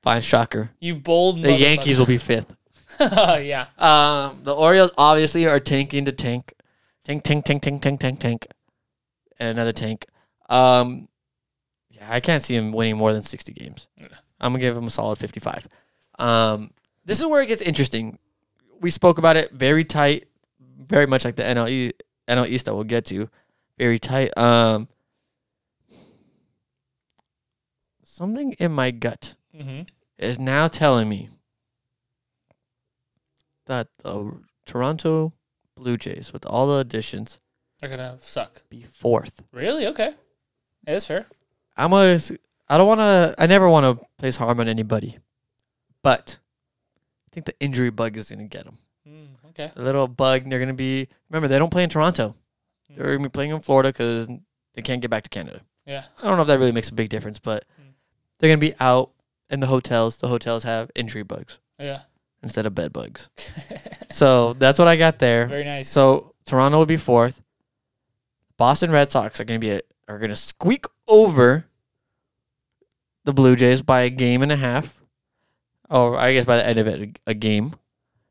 E: Fine, shocker.
D: You bold.
E: The Yankees will be fifth.
D: motherfucker. yeah.
E: Um, the Orioles obviously are tanking to tank, tank, tank, tank, tank, tank, tank, tank, and another tank. Um, yeah, I can't see him winning more than sixty games. I'm gonna give him a solid fifty-five. Um, this is where it gets interesting. We spoke about it very tight, very much like the NL East, NL East that we'll get to, very tight. Um, something in my gut
D: hmm
E: is now telling me that the Toronto Blue Jays, with all the additions,
D: They're gonna suck.
E: be fourth.
D: Really? Okay. Yeah, that's fair.
E: I'm a. I don't want to. I never want to place harm on anybody, but I think the injury bug is gonna get them.
D: Mm, okay.
E: A little bug. They're gonna be. Remember, they don't play in Toronto. They're gonna be playing in Florida because they can't get back to Canada.
D: Yeah.
E: I don't know if that really makes a big difference, but
D: Mm.
E: they're gonna be out in the hotels. The hotels have injury bugs
D: Hmm. Yeah.
E: instead of bed bugs. so that's what I got there.
D: Very nice.
E: So Toronto will be fourth. Boston Red Sox are going to be a, are going to squeak over the Blue Jays by a game and a half, or I guess by the end of it, a game,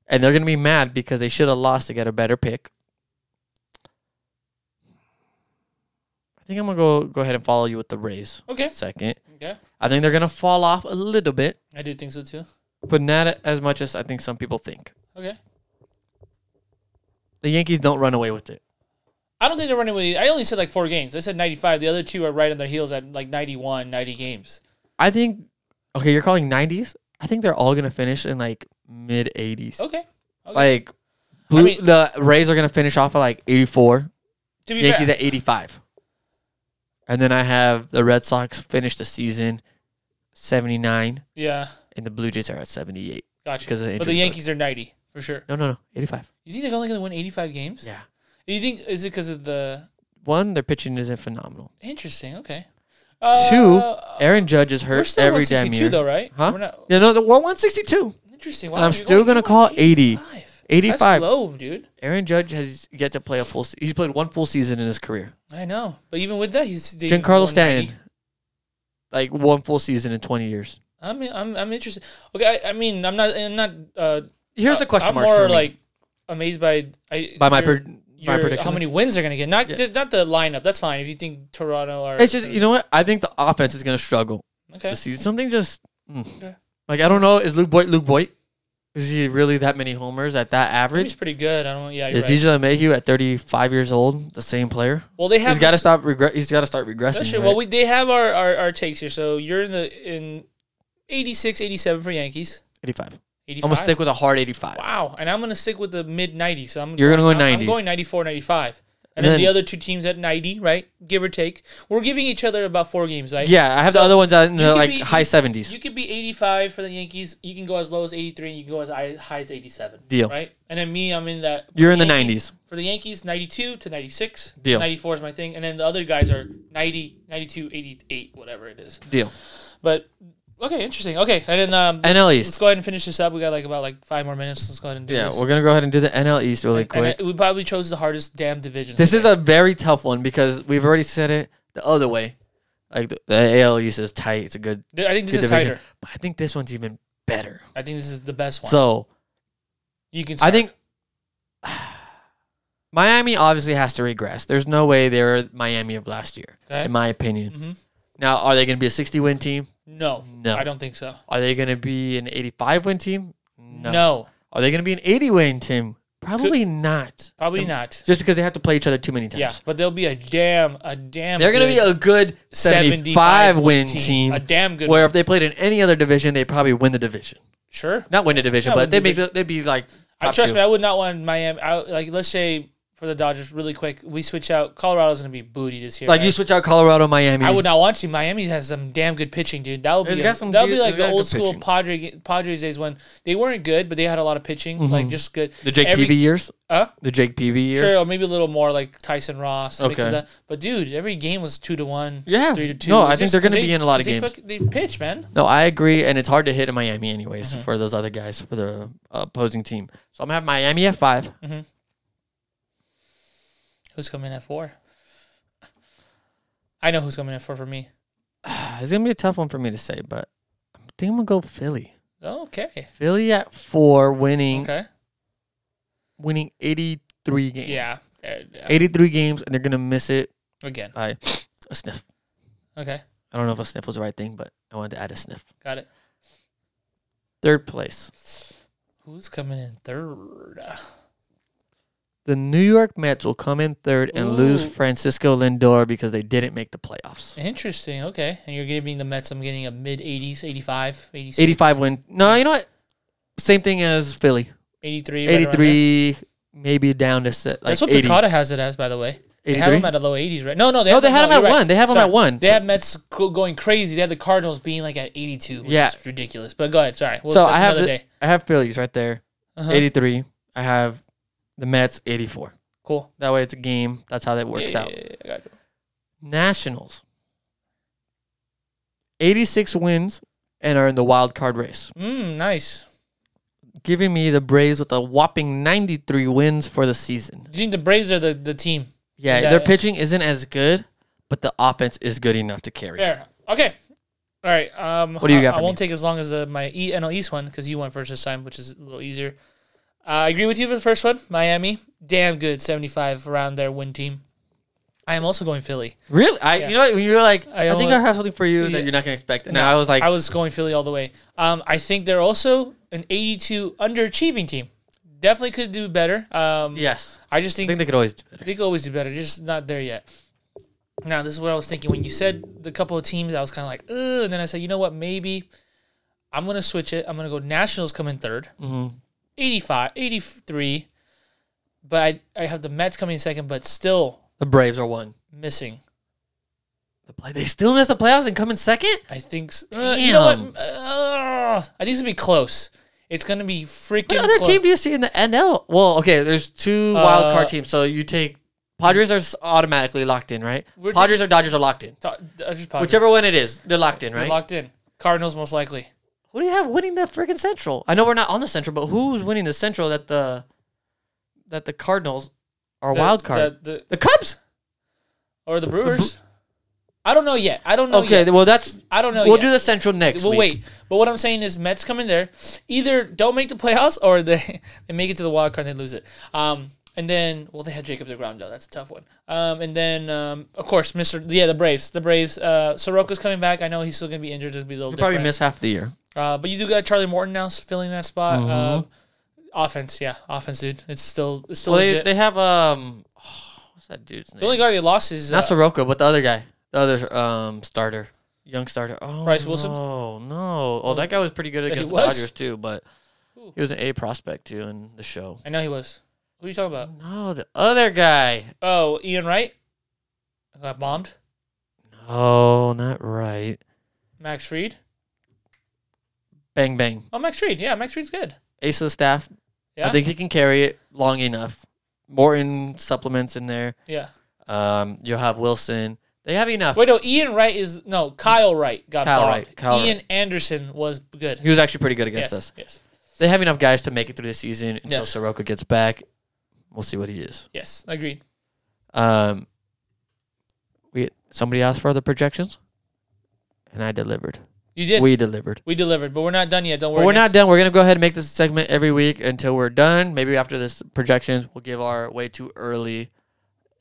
E: and they're going to be mad because they should have lost to get a better pick. I think I'm gonna go go ahead and follow you with the Rays.
D: okay.
E: Second,
D: Okay.
E: I think they're gonna fall off a little bit,
D: I do think so too.
E: but not as much as I think some people think.
D: Okay.
E: The Yankees don't run away with it.
D: I don't think they're running away. I only said like four games. I said 95. The other two are right on their heels at like 91, 90 games.
E: I think okay, you're calling nineties. I think they're all gonna finish in like mid eighties.
D: Okay. okay.
E: Like blue,
D: mean-
E: the Rays are gonna finish off at like eighty four.
D: to be
E: Yankees
D: fair,
E: at eighty five. And then I have the Red Sox finish the season seventy nine
D: yeah,
E: and the Blue Jays are at seventy eight.
D: gotcha.
E: Because of
D: but the
E: injury, but-
D: Yankees are 90 for sure.
E: No no no, eighty five.
D: You think they're only going to win 85 games?
E: Yeah.
D: You think is it because of the
E: One, their pitching isn't phenomenal.
D: interesting? Okay. Uh,
E: Two, Aaron Judge is
D: we're
E: hurt
D: still
E: every damn
D: 162
E: year.
D: though, right?
E: Huh?
D: We're not
E: Yeah, no, the one one sixty two.
D: interesting.
E: I'm
D: you're
E: still gonna
D: you're
E: call 80.
D: 85.
E: Eighty
D: That's
E: five.
D: low, dude.
E: Aaron Judge has yet to play a full. Se- he's played one full season in his career.
D: I know, but even with that, he's they-
E: Giancarlo
D: 190.
E: Stanton, like one full season in 20 years.
D: I'm I'm I'm interested. Okay, I, I mean, I'm not I'm not. Uh,
E: Here's the
D: uh,
E: question
D: I'm
E: mark
D: more
E: for me.
D: like amazed by I,
E: by my
D: your-
E: per- my
D: your-
E: prediction.
D: How many wins they're gonna get? Not
E: Yeah.
D: not the lineup. That's fine. If you think Toronto are,
E: it's just you know what I think the offense is going to struggle
D: okay.
E: this season. Something just mm.
D: Okay.
E: like I don't know. Is Luke Voigt Luke Voigt? Is he really that many homers at that
D: He's
E: average?
D: pretty good. I don't. Yeah, you're
E: Is
D: right.
E: DJ LeMahieu at 35 years old the same player?
D: well, they have.
E: He's got to
D: this-
E: stop regret. He's got to start regressing.
D: that's true.
E: right?
D: Well, we they have our, our our takes here. So you're in the in 86, 87 for Yankees.
E: 85. I'm
D: 85.
E: gonna stick with a hard 85.
D: Wow, and I'm gonna stick with the mid 90s. So I'm
E: You're gonna go
D: I'm- I'm
E: 90s.
D: going 94, 95. And,
E: And
D: then, the
E: then-
D: other two teams at 90, right? Give or take. We're giving each other about four games, right?
E: Yeah, I have
D: So
E: the other ones out in
D: you
E: the
D: could
E: like
D: be-
E: high 70s.
D: You could be 85 for the Yankees. You can go as low as 83, and you can go as high high as 87.
E: Deal.
D: Right? And then me, I'm in that. for
E: You're in the
D: Yankees-
E: 90s.
D: For the Yankees, 92 to 96.
E: Deal.
D: 94 is my thing. And then the other guys are 90, 92, 88, whatever it is.
E: Deal.
D: But Okay, interesting. Okay, and then um,
E: NL
D: let's-
E: East.
D: Let's go ahead and finish this up. We got like about like five more minutes. Let's go ahead and do
E: Yeah,
D: this.
E: we're gonna go ahead and do the NL East really
D: And
E: quick.
D: I- we probably chose the hardest damn division.
E: This is a very tough one because we've already said it the other way. Like the, the AL East is tight. It's a good,
D: I think this
E: good
D: is
E: division,
D: tighter.
E: but I think this one's even better.
D: I think this is the best one.
E: So
D: you can.
E: I
D: Start.
E: think Miami obviously has to regress. There's no way they're Miami of last year,
D: Okay.
E: in my opinion.
D: Mhm.
E: Now, are they going to be a 60 win team?
D: No,
E: No.
D: I don't think so.
E: Are they going to be an 85 win team? No.
D: No,
E: Are they going to be an 80 win team? Probably not.
D: probably not.
E: Just because they have to play each other too many times.
D: Yeah, but there'll be a damn, a damn.
E: They're going to
D: good
E: be a good 75 win team.
D: a damn good.
E: where
D: one.
E: if they played in any other division, they probably win the division.
D: Sure,
E: Not win the division,
D: Yeah, win
E: but
D: the
E: they make
D: division.
E: the, they'd be like
D: I
E: top
D: trust
E: two.
D: me. I would not want Miami. I, like, let's say for the Dodgers, really quick, we switch out. Colorado's going to be booty this year.
E: Like
D: man.
E: you switch out Colorado, Miami.
D: I would not want to. Miami has some damn good pitching, dude. That would
E: It's
D: be
E: got some
D: that would
E: good-
D: be like
E: it's
D: the
E: got
D: old
E: good
D: school
E: pitching.
D: Padre, Padres days when they weren't good, but they had a lot of pitching, like just good.
E: Mm-hmm. the Jake
D: every-
E: Peavy years.
D: Huh?
E: The Jake Peavy years.
D: Sure, or maybe a little more like Tyson Ross. a mix of
E: Okay.
D: that. But dude, every game was two to one.
E: Yeah.
D: Three to two.
E: No, I
D: It's
E: think they're gonna
D: 'cause
E: be in a lot of
D: 'cause
E: games.
D: They, fuck- they pitch, man.
E: No, I agree, and it's hard to hit in Miami anyways for those other guys for the opposing team. So I'm gonna have Miami at 5
D: Who's coming in at four? I know who's coming in at four for me.
E: It's gonna be a tough one for me to say, but I think I'm gonna go Philly.
D: Okay.
E: Philly at four, winning
D: Okay.
E: winning 83 games.
D: Yeah. Uh, yeah.
E: 83 games, and they're gonna miss it
D: Again.
E: by a sniff.
D: Okay.
E: I don't know if a sniff was the right thing, but I wanted to add a sniff.
D: Got it.
E: Third place,
D: Who's coming in third?
E: the New York Mets will come in third and lose
D: Ooh.
E: Francisco Lindor because they didn't make the playoffs.
D: Interesting. Okay. And you're getting the Mets. I'm getting a mid 80s, 85, 86,
E: 85 win. No, you know what? Same thing as Philly.
D: 83. right around there.
E: 83, maybe down to set, like
D: That's what
E: 80.
D: Dakota has it as, by the way. They have
E: 83?
D: them at a low 80s, right? No, no, they
E: No,
D: have
E: they
D: them-
E: had them
D: you're
E: at
D: right.
E: one. They have them
D: Sorry.
E: at one.
D: They had Mets go- going crazy. They had the Cardinals being like at 82, which
E: Yeah.
D: is ridiculous. But go ahead. Sorry. Well,
E: so
D: that's
E: I have
D: another
E: the-
D: day.
E: I have Phillies right there,
D: Uh-huh.
E: 83. I have the Mets 84.
D: Cool.
E: That way it's a game. That's how that works
D: Yeah,
E: out.
D: yeah, yeah, I got you.
E: Nationals 86 wins and are in the wild card race,
D: Mm, nice.
E: giving me the Braves with a whopping 93 wins for the season.
D: Do you think the Braves are the, the team?
E: Yeah,
D: Yeah.
E: their pitching isn't as good, but the offense is good enough to carry.
D: Fair. Okay. All right. Um,
E: What do you
D: I-
E: got
D: I,
E: for
D: won't take as long as uh, my e- NL East one because you went first this time, which is a little easier. Uh, I agree with you for the first one. Miami, damn good, seventy-five around their win team. I am also going Philly.
E: Really? I you know what? when you were like,
D: I
E: I, think
D: only-
E: I have something for you
D: Yeah.
E: that you're not gonna expect. And I was like,
D: I was going Philly all the way. Um, I think they're also an eighty-two underachieving team. Definitely could do better. Um,
E: yes.
D: I just think
E: I think they could always do better.
D: They could always do better. They're just not there yet. Now, this is what I was thinking when you said the couple of teams. I was kind of like, Ugh, and then I said, you know what? Maybe I'm gonna switch it. I'm gonna go Nationals come in 3rd
E: Mhm.
D: 85, 83. But I, I have the Mets coming in second, but still
E: The Braves are one.
D: missing.
E: The play they still miss the playoffs and come in second.
D: I think. s- Uh, you know
E: Damn.
D: what? Uh, I think it's gonna be close. It's gonna be freaking.
E: What other
D: close.
E: team do you see in the NL? Well, okay, there's two wild
D: Uh,
E: card teams. So you take Padres are s- automatically locked in, right?
D: We're
E: Padres or Dodgers are locked in.
D: Ta- Dodgers, Padres.
E: Whichever one it is, they're locked in,
D: They're
E: right?
D: locked in. Cardinals most likely.
E: Who do you have winning the freaking Central? I know we're not on the Central, but who's winning the Central that the that the Cardinals are
D: The-
E: wild card?
D: the- the-
E: The, Cubs.
D: or the Brewers. I don't know yet. I don't know.
E: Okay,
D: yet.
E: well that's
D: I don't know.
E: we'll
D: yet.
E: do the Central next.
D: Well,
E: week.
D: wait. But what I'm saying is, Mets come in there, either don't make the playoffs or they they make it to the wild card and they lose it. Um, and then well, they had Jacob Degrom though. That's a tough one. Um, and then um, of course, Mister yeah, the Braves, the Braves. Uh, Soroka's coming back. I know he's still gonna be injured. It'll be a little
E: You'll
D: different.
E: probably miss half the year.
D: Uh, but you do got Charlie Morton now filling that spot.
E: Mm-hmm.
D: Um, offense, yeah, offense, dude. It's still it's still
E: Well, they,
D: legit.
E: they have um, what's that dude's
D: the
E: name?
D: only guy they lost is uh,
E: Not Soroka, but the other guy, the other um starter, young starter. Oh,
D: Bryce Wilson?
E: Oh no! Oh, that guy was pretty good
D: he
E: against the
D: was?
E: Dodgers too, but he was an A prospect too in the show.
D: I know he was. Who are you talking about?
E: No, the other guy.
D: Oh, Ian Wright got bombed.
E: Oh, not right.
D: Max Fried.
E: Bang bang.
D: Oh, Max Fried. Yeah, Max Fried's good.
E: Ace of the staff.
D: Yeah.
E: I think he can carry it long enough. Morton supplements in there.
D: Yeah.
E: Um, you'll have Wilson. They have enough.
D: Wait, no, Ian Wright is no Kyle Wright got
E: Kyle
D: bombed.
E: Wright, Kyle
D: Ian Anderson was good.
E: He was actually pretty good against
D: yes,
E: us.
D: yes,
E: They have enough guys to make it through the season until
D: Yes.
E: Soroka gets back. We'll see what he is.
D: yes, agreed.
E: Um, we somebody asked for the projections, and I delivered.
D: You did. We,
E: We delivered.
D: delivered, but we're not done yet. Don't
E: But
D: worry.
E: we're not
D: next-
E: done. We're gonna go ahead and make this a segment every week until we're done. Maybe after this projections, we'll give our way too early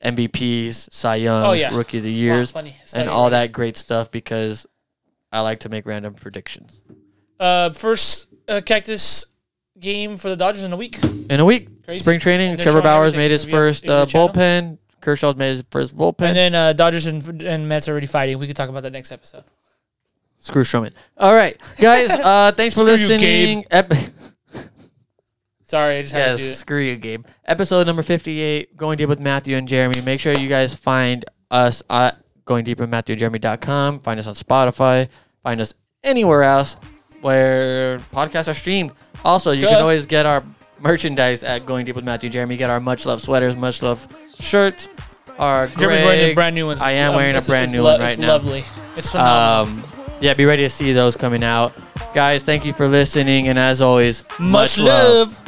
E: MVPs, Cy Young,
D: Oh, yeah.
E: Rookie of the
D: Wow,
E: Years,
D: funny. Sorry,
E: and all
D: right.
E: that great stuff because I like to make random predictions
D: Uh, first uh, cactus game for the Dodgers in a week.
E: in a week.
D: Crazy.
E: Spring training.
D: And they're
E: Trevor
D: showing
E: Bowers
D: everything.
E: made his
D: Have you-
E: first
D: have
E: uh,
D: you channel?
E: bullpen. Kershaw's made his first bullpen.
D: And then uh, Dodgers and, and Mets are already fighting. We can talk about that next episode.
E: Screw Strowman. All right, guys. Uh, thanks for
D: Screw you,
E: listening. Ep-
D: Sorry, I just had to do
E: yes,
D: it.
E: screw you, Gabe. Episode number fifty-eight. Going deep with Matthew and Jeremy. Make sure you guys find us at going deep with Matthew and Jeremy.com. Find us on Spotify. Find us anywhere else where podcasts are streamed. Also, you
D: Duh.
E: can always get our merchandise at going deep with Matthew and Jeremy. Get our much love sweaters, much love shirts. Our
D: Jeremy's wearing a
E: Greg-
D: brand new one.
E: I am wearing a
D: it's-
E: brand
D: it's
E: new
D: lo-
E: one right
D: it's
E: now.
D: Lovely. It's phenomenal.
E: Um, yeah, be ready to see those coming out. Guys, thank you for listening. And as always,
D: Much love.